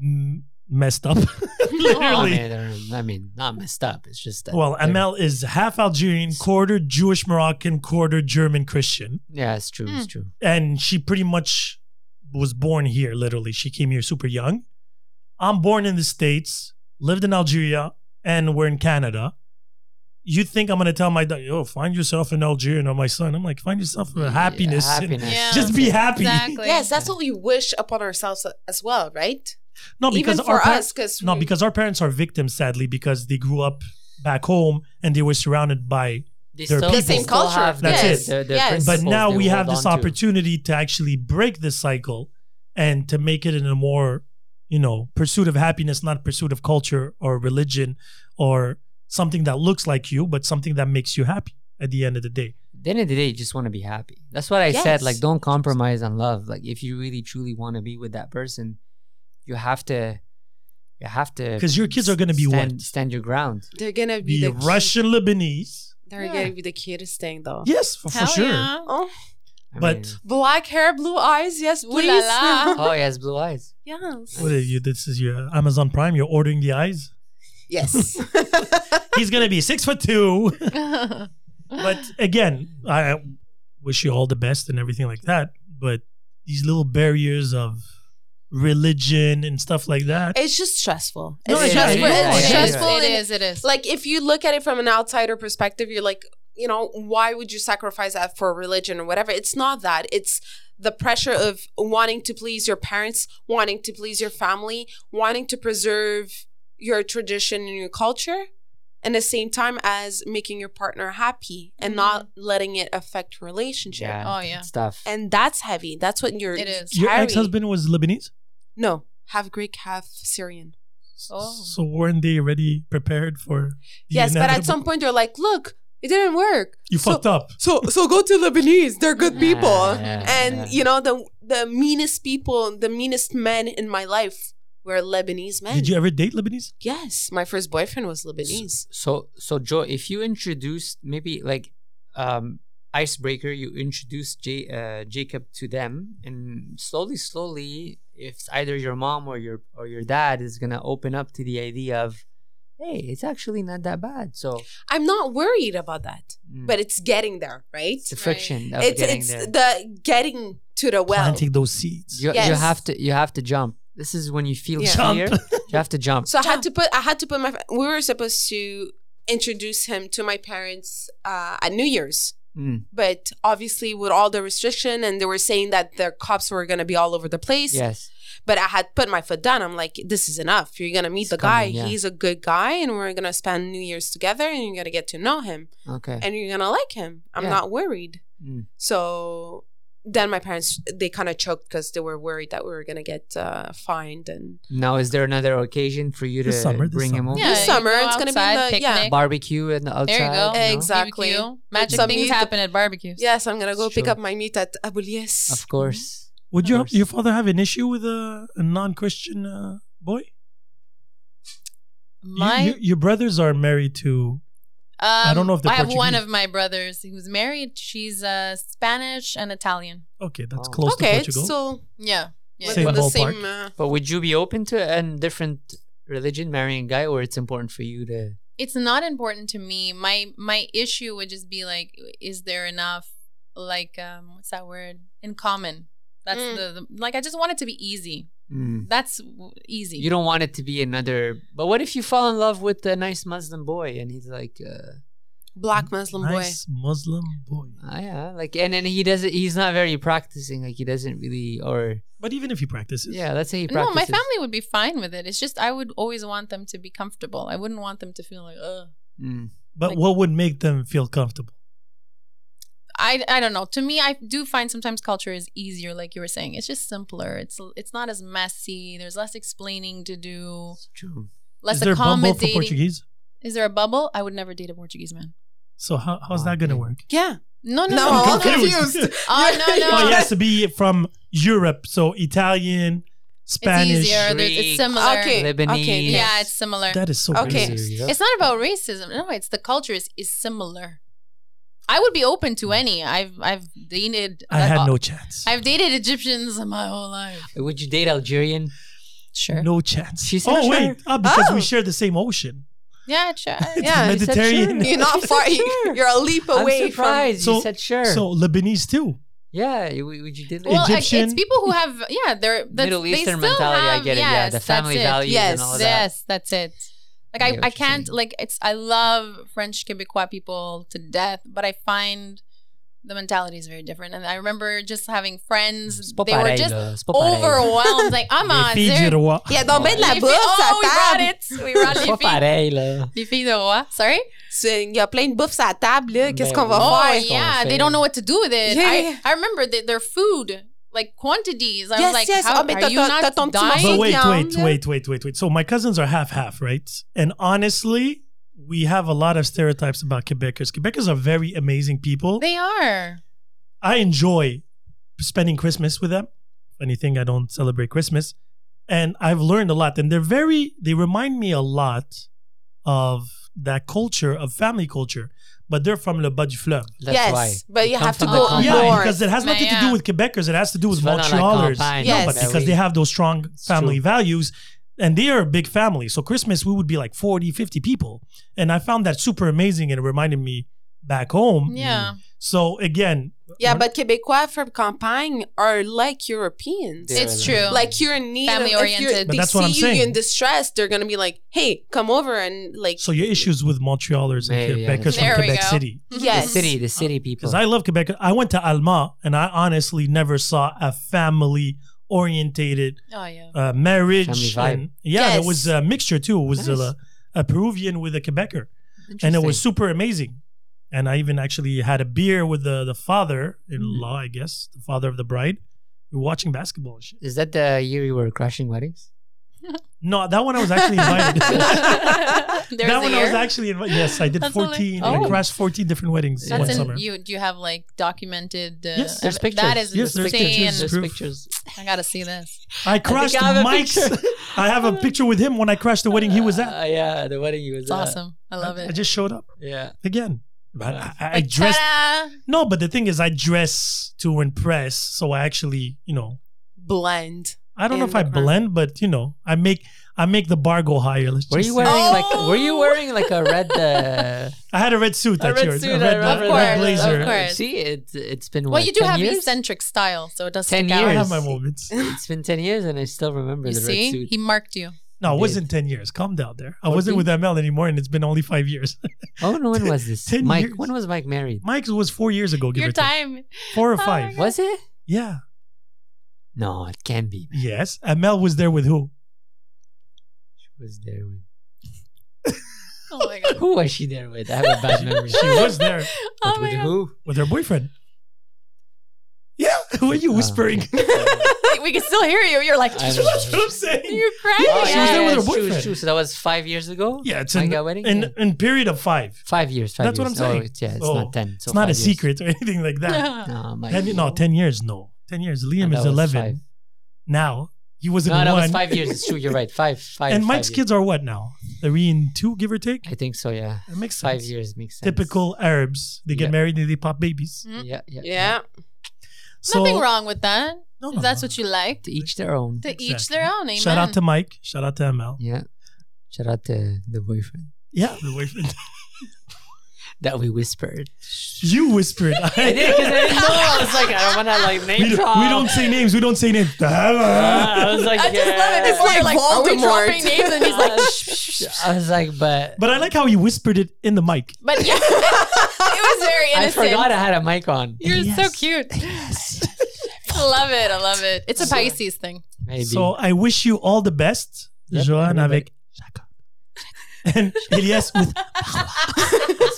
S2: m- messed up, literally.
S1: I mean, they're- I mean, not messed up. It's just that
S2: Well,
S1: they're-
S2: Amel is half Algerian, quarter Jewish Moroccan, quarter German Christian,
S1: Yeah, it's true.
S4: Hmm.
S1: It's true.
S2: and she pretty much was born here. Literally, she came here super young. I'm born in the states, lived in Algeria, and we're in Canada. You think I'm gonna tell my daughter, "Oh, find yourself an Algerian or my son"? I'm like, find yourself a happiness.
S1: Yeah,
S2: and
S1: happiness.
S3: Yeah.
S2: Just be happy.
S3: Exactly.
S4: Yes, that's what we wish upon ourselves as well, right?
S2: No, because
S4: Even
S2: our
S4: for
S2: par-
S4: us, because
S2: No, because our parents are victims, sadly, because they grew up back home and they were surrounded by.
S1: They
S2: They're
S1: still,
S2: The
S1: they
S4: same
S1: still
S4: culture.
S1: have
S2: That's
S1: their-
S2: it.
S1: their- their
S4: Yes. But
S2: But
S1: principles
S2: now
S1: they
S2: we have
S1: hold
S2: this
S1: on to.
S2: opportunity to actually break this cycle and to make it in a more, you know, pursuit of happiness, not pursuit of culture or religion or something that looks like you, but something that makes you happy at the end of the day.
S1: At the end of the day, you just want to be happy. That's what I said.
S4: Yes.
S1: Like, don't compromise on love. Like, if you really truly want to be with that person, you have to, you have to.
S2: 'Cause your kids are gonna be
S1: stand,
S2: what?
S1: Stand your ground.
S4: they're gonna be
S2: The
S4: the,
S2: Russian Lebanese.
S4: They're
S1: Yeah.
S4: gonna be the cutest thing, though.
S2: Yes, Oh, for, for
S3: Hell
S2: sure.
S3: yeah.
S4: Oh,
S1: I
S2: But-
S1: mean-
S4: Black hair, blue eyes. Yes,
S3: Ooh la
S4: please.
S3: la.
S1: oh, he has blue eyes.
S4: yes.
S2: What are you? This is your Amazon Prime. You're ordering the eyes.
S4: Yes.
S2: He's gonna be six foot two. but again, I I wish you all the best and everything like that. But these little barriers of religion and stuff like that.
S4: it's just stressful.
S2: No,
S4: it's
S2: it's
S4: stressful.
S2: not.
S4: It's
S2: No, it is.
S4: stressful.
S3: It
S4: and
S3: is. It is.
S4: like if you look at it from an outsider perspective you're like you know why would you sacrifice that for religion or whatever it's not that it's the pressure of wanting to please your parents wanting to please your family wanting to preserve your tradition and your culture and the same time as making your partner happy and not
S3: Mm-hmm.
S4: letting it affect relationship
S1: Yeah.
S3: Oh, yeah.
S1: It's tough.
S4: and that's heavy that's what you're
S3: It is.
S2: Your
S4: carrying.
S2: ex-husband was Lebanese,
S4: no half greek half syrian
S3: Oh.
S2: so weren't they already prepared for? the
S4: yes but at
S2: inevitable-
S4: some point they're like look it didn't work
S2: you
S4: so-
S2: fucked up.
S4: so so go to Lebanese. They're good people.
S1: Yeah,
S4: and
S1: yeah.
S4: you know the the meanest people, the meanest men in my life were Lebanese men.
S2: Did you ever date Lebanese?
S4: yes, my first boyfriend was Lebanese.
S1: So, so Joe, if you introduced maybe like um, icebreaker, you introduce J- uh, Jacob to them, and slowly, slowly, if it's either your mom or your or your dad is gonna open up to the idea of, hey, it's actually not that bad. So,
S4: I'm not worried about that,
S1: mm,
S4: but it's getting there, right?
S1: it's the friction of
S4: It's
S1: getting
S4: it's
S1: there.
S4: the getting to the well.
S2: Planting those seeds.
S1: you, you
S4: Yes.
S1: have to you have to jump. This is when you feel
S4: Yeah.
S2: Jump.
S1: fear. You have to jump.
S4: So I had to put I had to put my we were supposed to introduce him to my parents uh, at New Year's.
S1: Mm,
S4: But obviously, with all the restriction, and they were saying that the cops were going to be all over the place.
S1: yes.
S4: but I had put my foot down. I'm like, this is enough. You're gonna meet
S1: It's
S4: the
S1: coming,
S4: guy.
S1: yeah.
S4: He's a good guy, and we're gonna spend New Year's together, and you're gonna get to know him,
S1: Okay.
S4: and you're gonna like him. I'm
S1: Yeah.
S4: not worried.
S1: Mm.
S4: So then my parents they kind of choked because they were worried that we were gonna get uh, fined and
S1: Now, is there another occasion for you to
S2: This summer, this
S1: bring him
S2: summer.
S1: over?
S3: Yeah,
S4: this summer
S3: you go
S4: it's gonna be in
S3: outside,
S4: the yeah
S3: picnic.
S1: Barbecue and outside.
S3: There you go.
S1: you know?
S4: Exact- Exactly.
S3: BBQ. Magic
S4: Some
S3: things
S4: music-
S3: happen at barbecues.
S4: yes. I'm gonna go
S1: It's
S4: pick
S1: true.
S4: up my meat at Abu Lies.
S1: Of course.
S2: Would your
S1: course.
S2: your father have an issue with a, a non-Christian uh, boy? You-
S3: My,
S2: you- your brothers are married to
S3: I
S2: don't know if
S4: um,
S2: they're
S3: I have one
S2: Portuguese.
S3: of my brothers who's married. She's uh, Spanish and Italian.
S2: Okay, that's
S1: Oh.
S2: close to
S4: okay, it's
S2: Portugal.
S4: still
S3: Yeah. yeah.
S2: Same
S4: the
S2: ballpark.
S4: same. Uh,
S1: But would you be open to a different religion marrying a guy, or it's important for you to?
S3: it's not important to me. My my issue would just be like, is there enough like um what's that word in common? That's
S4: Mm.
S3: the, the like I just want it to be easy.
S1: Mm.
S3: That's w- easy.
S1: You don't want it to be another. But what if you fall in love with a nice Muslim boy, and he's like, uh,
S4: black Muslim
S2: nice Muslim boy.
S1: ah, yeah, like, and then he doesn't. He's not very practicing. Like he doesn't really, or
S2: But even if he practices,
S1: yeah, let's say he
S3: no,
S1: practices.
S3: my family would be fine with it. It's just I would always want them to be comfortable. I wouldn't want them to feel like, ugh.
S1: Mm.
S2: But
S3: Like-
S2: what would make them feel comfortable?
S3: I, I don't know. To me, I do find sometimes culture is easier, like you were saying. It's just simpler. It's it's not as messy. There's less explaining to do.
S1: It's true.
S3: Less
S2: Is there bumble for
S3: accommodating.
S2: Portuguese?
S3: Is there a bubble? I would never date a Portuguese man.
S2: So how, how's
S1: Oh,
S2: that gonna
S1: yeah.
S2: work?
S4: Yeah.
S3: No, no,
S4: No,
S3: no.
S4: I'm
S2: confused.
S4: confused.
S3: Oh no no!
S2: Oh, he has to be from Europe, so Italian,
S3: It's
S2: Spanish.
S3: easier. There's-
S1: Greek.
S3: It's similar.
S4: Okay.
S1: Lebanese.
S4: okay,
S3: Yeah, it's similar.
S2: That is so
S4: Okay.
S2: crazy.
S1: Easier, yeah.
S3: It's not about racism. No, it's the culture is, is similar. I would be open to any. I've I've dated.
S2: I had no chance.
S3: I've dated Egyptians my whole life.
S1: Uh, Would you date Algerian?
S3: Sure.
S2: No chance.
S1: She's
S2: oh
S1: not
S2: wait, ah, because we
S4: Oh.
S2: share the same ocean.
S3: Yeah, sure.
S2: It's
S4: Yeah,
S1: you said
S2: Mediterranean.
S1: sure.
S4: You're not far.
S1: Sure.
S4: You're a leap away
S1: I'm surprised
S2: So-
S1: you said sure.
S2: So Lebanese too.
S1: yeah, you- would you date?
S3: Well, I- it's
S2: Egyptian-
S3: people who have yeah, they're that's,
S1: Middle
S3: they
S1: Eastern
S3: still
S1: mentality.
S3: Have,
S1: I get it.
S3: Yes,
S1: yeah, the
S3: that's
S1: family
S3: it.
S1: values
S4: Yes,
S1: and all that.
S3: Yes, that's it. Like
S1: I
S3: I,
S1: get what
S3: I
S1: you're
S3: can't
S1: saying.
S3: like it's I love French Quebecois people to death, but I find the mentality is very different. And I remember just having friends; they were just overwhelmed. Like I'm on,
S2: They feed you the wa-
S4: Yeah, don't bend la
S3: Les filles-
S4: bourse
S3: oh, we
S4: à
S3: brought
S4: table.
S3: it. We brought les filles. Les filles de roi. Sorry.
S4: C'est- Il y a plein de bouffe à table, là. Qu'est-ce
S1: Ben
S4: qu'on va
S1: oui.
S3: Oh,
S4: faire?
S3: yeah, they don't know what to do with it.
S4: Yeah,
S3: I,
S4: yeah.
S3: I remember the, their food, like quantities. I
S4: Yes,
S3: was like,
S4: yes.
S3: How,
S4: Oh, mais
S3: are
S4: t'as-
S3: you
S4: t'as-
S3: not
S4: t'as ton petit
S3: dying?
S4: morceau.
S2: But wait,
S4: Yeah.
S2: wait, wait, wait, wait, wait. So my cousins are half half, right? And honestly, we have a lot of stereotypes about Quebecers. Quebecers are very amazing people.
S3: They are.
S2: I enjoy spending Christmas with them. Funny thing, I don't celebrate Christmas. And I've learned a lot. And they're very they remind me a lot of that culture of family culture, but they're from Le Bas du Fleuve.
S1: That's
S4: yes,
S1: why.
S4: but you
S1: come
S4: have to
S1: from the
S4: go
S1: Compagne.
S2: yeah,
S4: north.
S2: because it has
S3: But
S2: nothing to
S3: yeah.
S2: do with Quebecers. It has to do with
S1: It's not like
S2: Montrealers.
S1: Alpine,
S4: No,
S2: but
S4: Yes.
S2: because they have those strong
S1: It's
S2: family
S1: true.
S2: values and they are a big family. So Christmas, we would be like 40, 50 people. And I found that super amazing and it reminded me back home.
S3: Yeah.
S2: So again,
S4: yeah, but Quebecois from Campagne are like Europeans.
S1: They're
S3: It's true.
S4: Like you're in need.
S3: Family
S4: of- if you're-
S3: oriented.
S2: But
S4: They
S2: that's
S4: see
S2: what I'm
S4: you you're in
S2: saying.
S4: distress. They're gonna be like, "Hey, come over and like."
S2: so your issues with Montrealers and
S1: Yeah, yeah,
S2: Quebecers
S3: yeah. There
S2: from
S3: we
S2: Quebec
S3: go.
S2: City.
S1: the
S4: yes,
S1: city, the city people.
S2: Because I love Quebec. I went to Alma and I honestly never saw a family orientated
S3: Oh yeah.
S2: uh,
S1: Family
S2: marriage.
S1: vibe.
S2: And yeah,
S4: Yes.
S2: there was a mixture too. It was
S1: Nice.
S2: a, a Peruvian with a Quebecer. and it was super amazing. And I even actually had a beer with the the father in law, I guess, the father of the bride. We were watching basketball and shit.
S1: Is that the year you were crashing weddings?
S2: No, that one I was actually invited.
S3: There's
S2: that
S3: a
S2: one I
S3: year.
S2: was actually invited. Yes, I did
S3: That's all I-
S2: 14. I
S3: Oh.
S2: crashed 14 different weddings
S1: That's
S2: one
S1: in-
S3: That's
S2: summer.
S3: in, you. Do you have like documented? Uh,
S2: Yes,
S1: There's
S3: ev-
S1: pictures.
S3: That is
S2: Yes, there's
S3: insane.
S2: pictures. There's proof.
S1: pictures.
S3: I gotta see this.
S2: I crashed
S1: I have a
S2: Mike's.
S1: picture.
S2: I have a picture with him when I crashed the wedding he was at.
S1: Uh, yeah, the wedding he was
S3: It's
S1: at.
S3: awesome. I love
S2: I,
S3: it.
S2: just showed up
S1: Yeah.
S2: again. But I, I, I
S3: Like,
S2: dressed.
S3: ta-da!
S2: No, but the thing is, I dress to impress. So I actually, you know,
S4: blend.
S2: I don't know
S4: In
S2: if I
S4: the crowd.
S2: blend, but you know, I make I make the bar go higher. Let's
S1: Were
S2: just
S1: you
S2: say.
S1: wearing
S3: Oh!
S1: like? Were you wearing like a red? Uh,
S2: I had a red suit.
S1: a
S2: actually,
S1: red suit. uh,
S2: a
S1: I
S2: red,
S1: remember
S3: Of
S2: red
S1: that.
S3: course,
S2: blazer.
S3: of course.
S1: See, it it's been
S3: Well,
S1: what,
S3: you do
S1: 10
S3: have
S1: years?
S3: eccentric style, so it does
S1: 10
S3: stick
S2: I
S1: years.
S3: out.
S2: have my moments.
S1: It's been ten years, and I still remember
S3: You
S1: the red
S3: see,
S1: suit.
S3: he marked you.
S2: No, it
S1: Indeed.
S2: wasn't ten years. Calm down there. I wasn't with ML anymore, and it's been only five years.
S1: oh, no, when was this?
S2: 10
S1: Mike.
S2: years.
S1: When was Mike married?
S2: Mike's was four years ago. Give
S3: Your
S2: or take.
S3: time.
S2: Four or
S3: Oh my
S2: five.
S1: Was it?
S2: yeah.
S1: No, it can't be. Man.
S2: Yes. ML was there with who?
S1: She was there with.
S3: Oh my god.
S1: Who was she there with? I have a bad memory.
S2: She was there
S1: But
S3: Oh
S1: with
S3: my god.
S1: who?
S2: with her boyfriend. Yeah. Were you
S1: Uh,
S2: whispering?
S3: We can still hear you. You're like,
S1: I don't
S2: That's
S1: know.
S2: what I'm saying.
S3: you're crying.
S1: Oh,
S2: she was there with her
S1: true,
S2: boyfriend.
S1: true. So that was five years ago.
S2: Yeah, it's
S1: Mike
S2: in,
S1: got wedding. Yeah.
S2: in in period of five.
S1: Five years. Five
S2: That's what
S1: years.
S2: I'm
S1: Oh,
S2: saying.
S1: it's- yeah, it's
S2: So
S1: not ten. So
S2: it's not a
S1: five years.
S2: secret or anything like that.
S1: No, Mike.
S2: Ten, no, ten years. No, ten years.
S1: No,
S2: Liam
S1: that
S2: is
S1: was
S2: eleven
S1: five.
S2: now. He was in
S1: No,
S2: one.
S1: that was five years. It's true. You're right. Five, five.
S2: and
S1: five
S2: Mike's
S1: years.
S2: kids are what now? Three and two, give or take.
S1: I think so. Yeah,
S2: It makes sense.
S1: five years makes sense.
S2: Typical Arabs. They get
S1: Yeah.
S2: married and they pop babies.
S3: Mm.
S1: Yeah, yeah.
S4: Yeah,
S2: So,
S3: Nothing wrong with that.
S2: No,
S3: If
S2: no,
S3: that's
S2: no.
S3: what you like.
S1: To each their own.
S3: To each their own. Amen.
S2: Shout out to Mike. Shout out to ML.
S1: Yeah. Shout out to the boyfriend
S2: Yeah, the boyfriend.
S1: that we whispered.
S2: you whispered.
S1: I did because I didn't know. I was like, I don't want to like
S2: we,
S1: name
S2: don't,
S1: drop.
S2: we don't say names. We don't say names.
S1: Uh, I was like,
S3: I just
S1: yeah.
S3: love it. People
S4: It's
S3: are
S4: like
S3: like, are we
S4: Voldemort.
S3: dropping names? And he's like,
S1: I was like, but
S2: but I like how you whispered it in the mic.
S3: but yeah, it was very
S1: I
S3: innocent.
S1: forgot I had a mic on.
S3: You're so
S2: Yes.
S3: cute. I love it. I love it. It's a Pisces thing.
S1: Maybe.
S2: So I wish you all the best,
S1: Yep,
S2: Johan,
S1: everybody.
S2: avec Jacob. and Elias with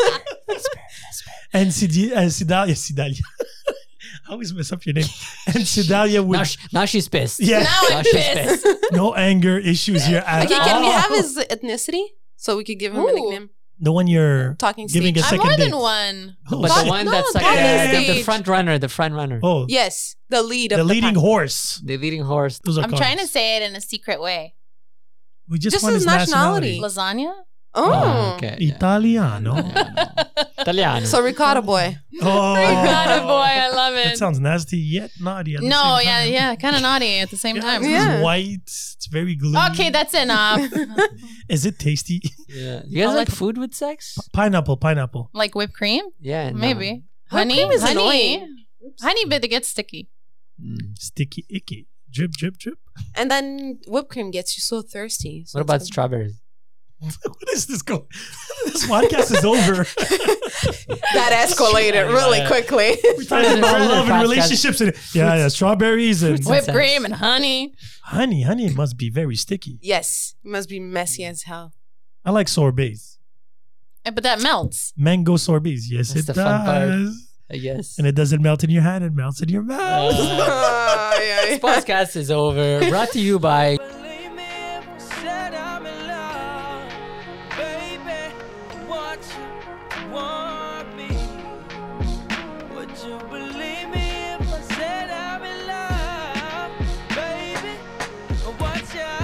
S2: and Sidi, uh, Sidalia, Sidalia. I always mess up your name. And Sidalia
S1: now,
S2: with
S1: she, now she's pissed.
S2: Yeah.
S3: Now I'm
S1: Gosh, it's
S3: pissed.
S2: no anger issues here at
S4: Okay, can we
S2: all.
S4: have his ethnicity so we could give him a
S3: Ooh.
S4: nickname?
S2: the one you're
S4: Talking
S2: Giving
S4: stage.
S2: us-
S3: I'm
S2: second
S3: more than
S2: date.
S3: one.
S2: Oh,
S1: But
S2: shit.
S1: the one
S3: No,
S1: that's like
S3: that
S1: uh,
S3: is
S1: the, the
S3: huge.
S1: front runner, the front runner,
S2: oh
S4: yes, the lead of
S2: the
S4: the,
S2: leading
S4: pack.
S2: horse.
S1: the leading horse.
S2: Those are
S3: I'm trying to
S2: cars.
S3: say it in a secret way.
S2: we just,
S4: Just
S2: want
S4: his
S2: his nationality.
S4: nationality.
S3: Lasagna?
S4: Oh,
S1: okay. yeah.
S2: Italiano.
S1: Italiano.
S4: so Ricotta boy.
S2: oh,
S3: Ricotta boy, I love
S2: That
S3: it.
S2: sounds nasty yet naughty. At the
S3: No,
S2: same
S3: yeah,
S2: time.
S3: yeah, kind of naughty at the same time.
S2: It's
S4: Yeah.
S2: white. It's very gluey.
S3: Okay, that's enough.
S2: Is it tasty?
S1: Yeah. You guys
S3: I'll
S1: like
S3: let-
S1: food with sex?
S2: pineapple, pineapple.
S3: like whipped cream,
S1: Yeah. no.
S3: maybe.
S4: Whipped
S3: Honey,
S4: cream is
S3: honey,
S4: annoying. Oops.
S3: honey, but it gets sticky.
S1: Mm.
S2: Sticky icky. Drip, drip, drip.
S4: And then whipped cream gets you so thirsty. So
S1: What about
S4: it's good.
S1: strawberries?
S2: what is this going? this podcast is over.
S4: that escalated really quickly?
S2: We're talking about love and relationships. And, yeah, yeah, strawberries and
S1: Fruits.
S3: Whipped
S1: sense.
S3: cream and honey.
S2: honey. Honey must be very sticky.
S4: yes, it must be messy as hell.
S2: I like sorbets.
S3: Eh, But that melts.
S2: Mango sorbets. Yes,
S1: That's
S2: it
S1: the fun part.
S2: does.
S1: I guess.
S2: And it doesn't melt in your hand. It melts in your mouth.
S1: Uh,
S4: Ah, yeah,
S1: this
S4: yeah.
S1: podcast is over. Brought to you by.
S5: Believe me if I said I'm in love, baby. What you want me? Would you believe me if I said I'm in love, baby? What you?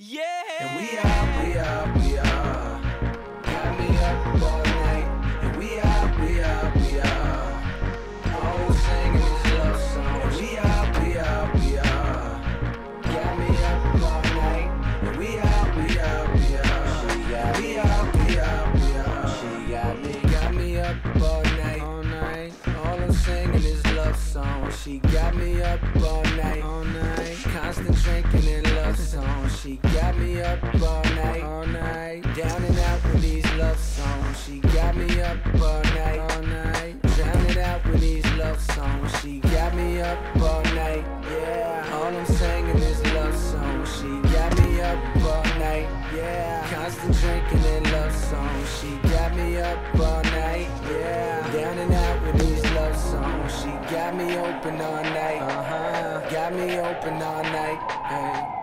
S5: Yeah.
S6: And we are, we are, we are. Got me up.
S5: song. She got me up all night, all night. Constant drinking and love song. She got me up all night, all night. Down and out with these love songs. She got me up all night, all night. Drown it out with these love songs. She got me up all night, yeah. All I'm singing is love songs. She got me up all night, yeah. Constant drinking and love songs. She got me up all night, yeah. Down and out with these love uh-huh. songs. She got me open all night, uh huh. Got me open all night, hey.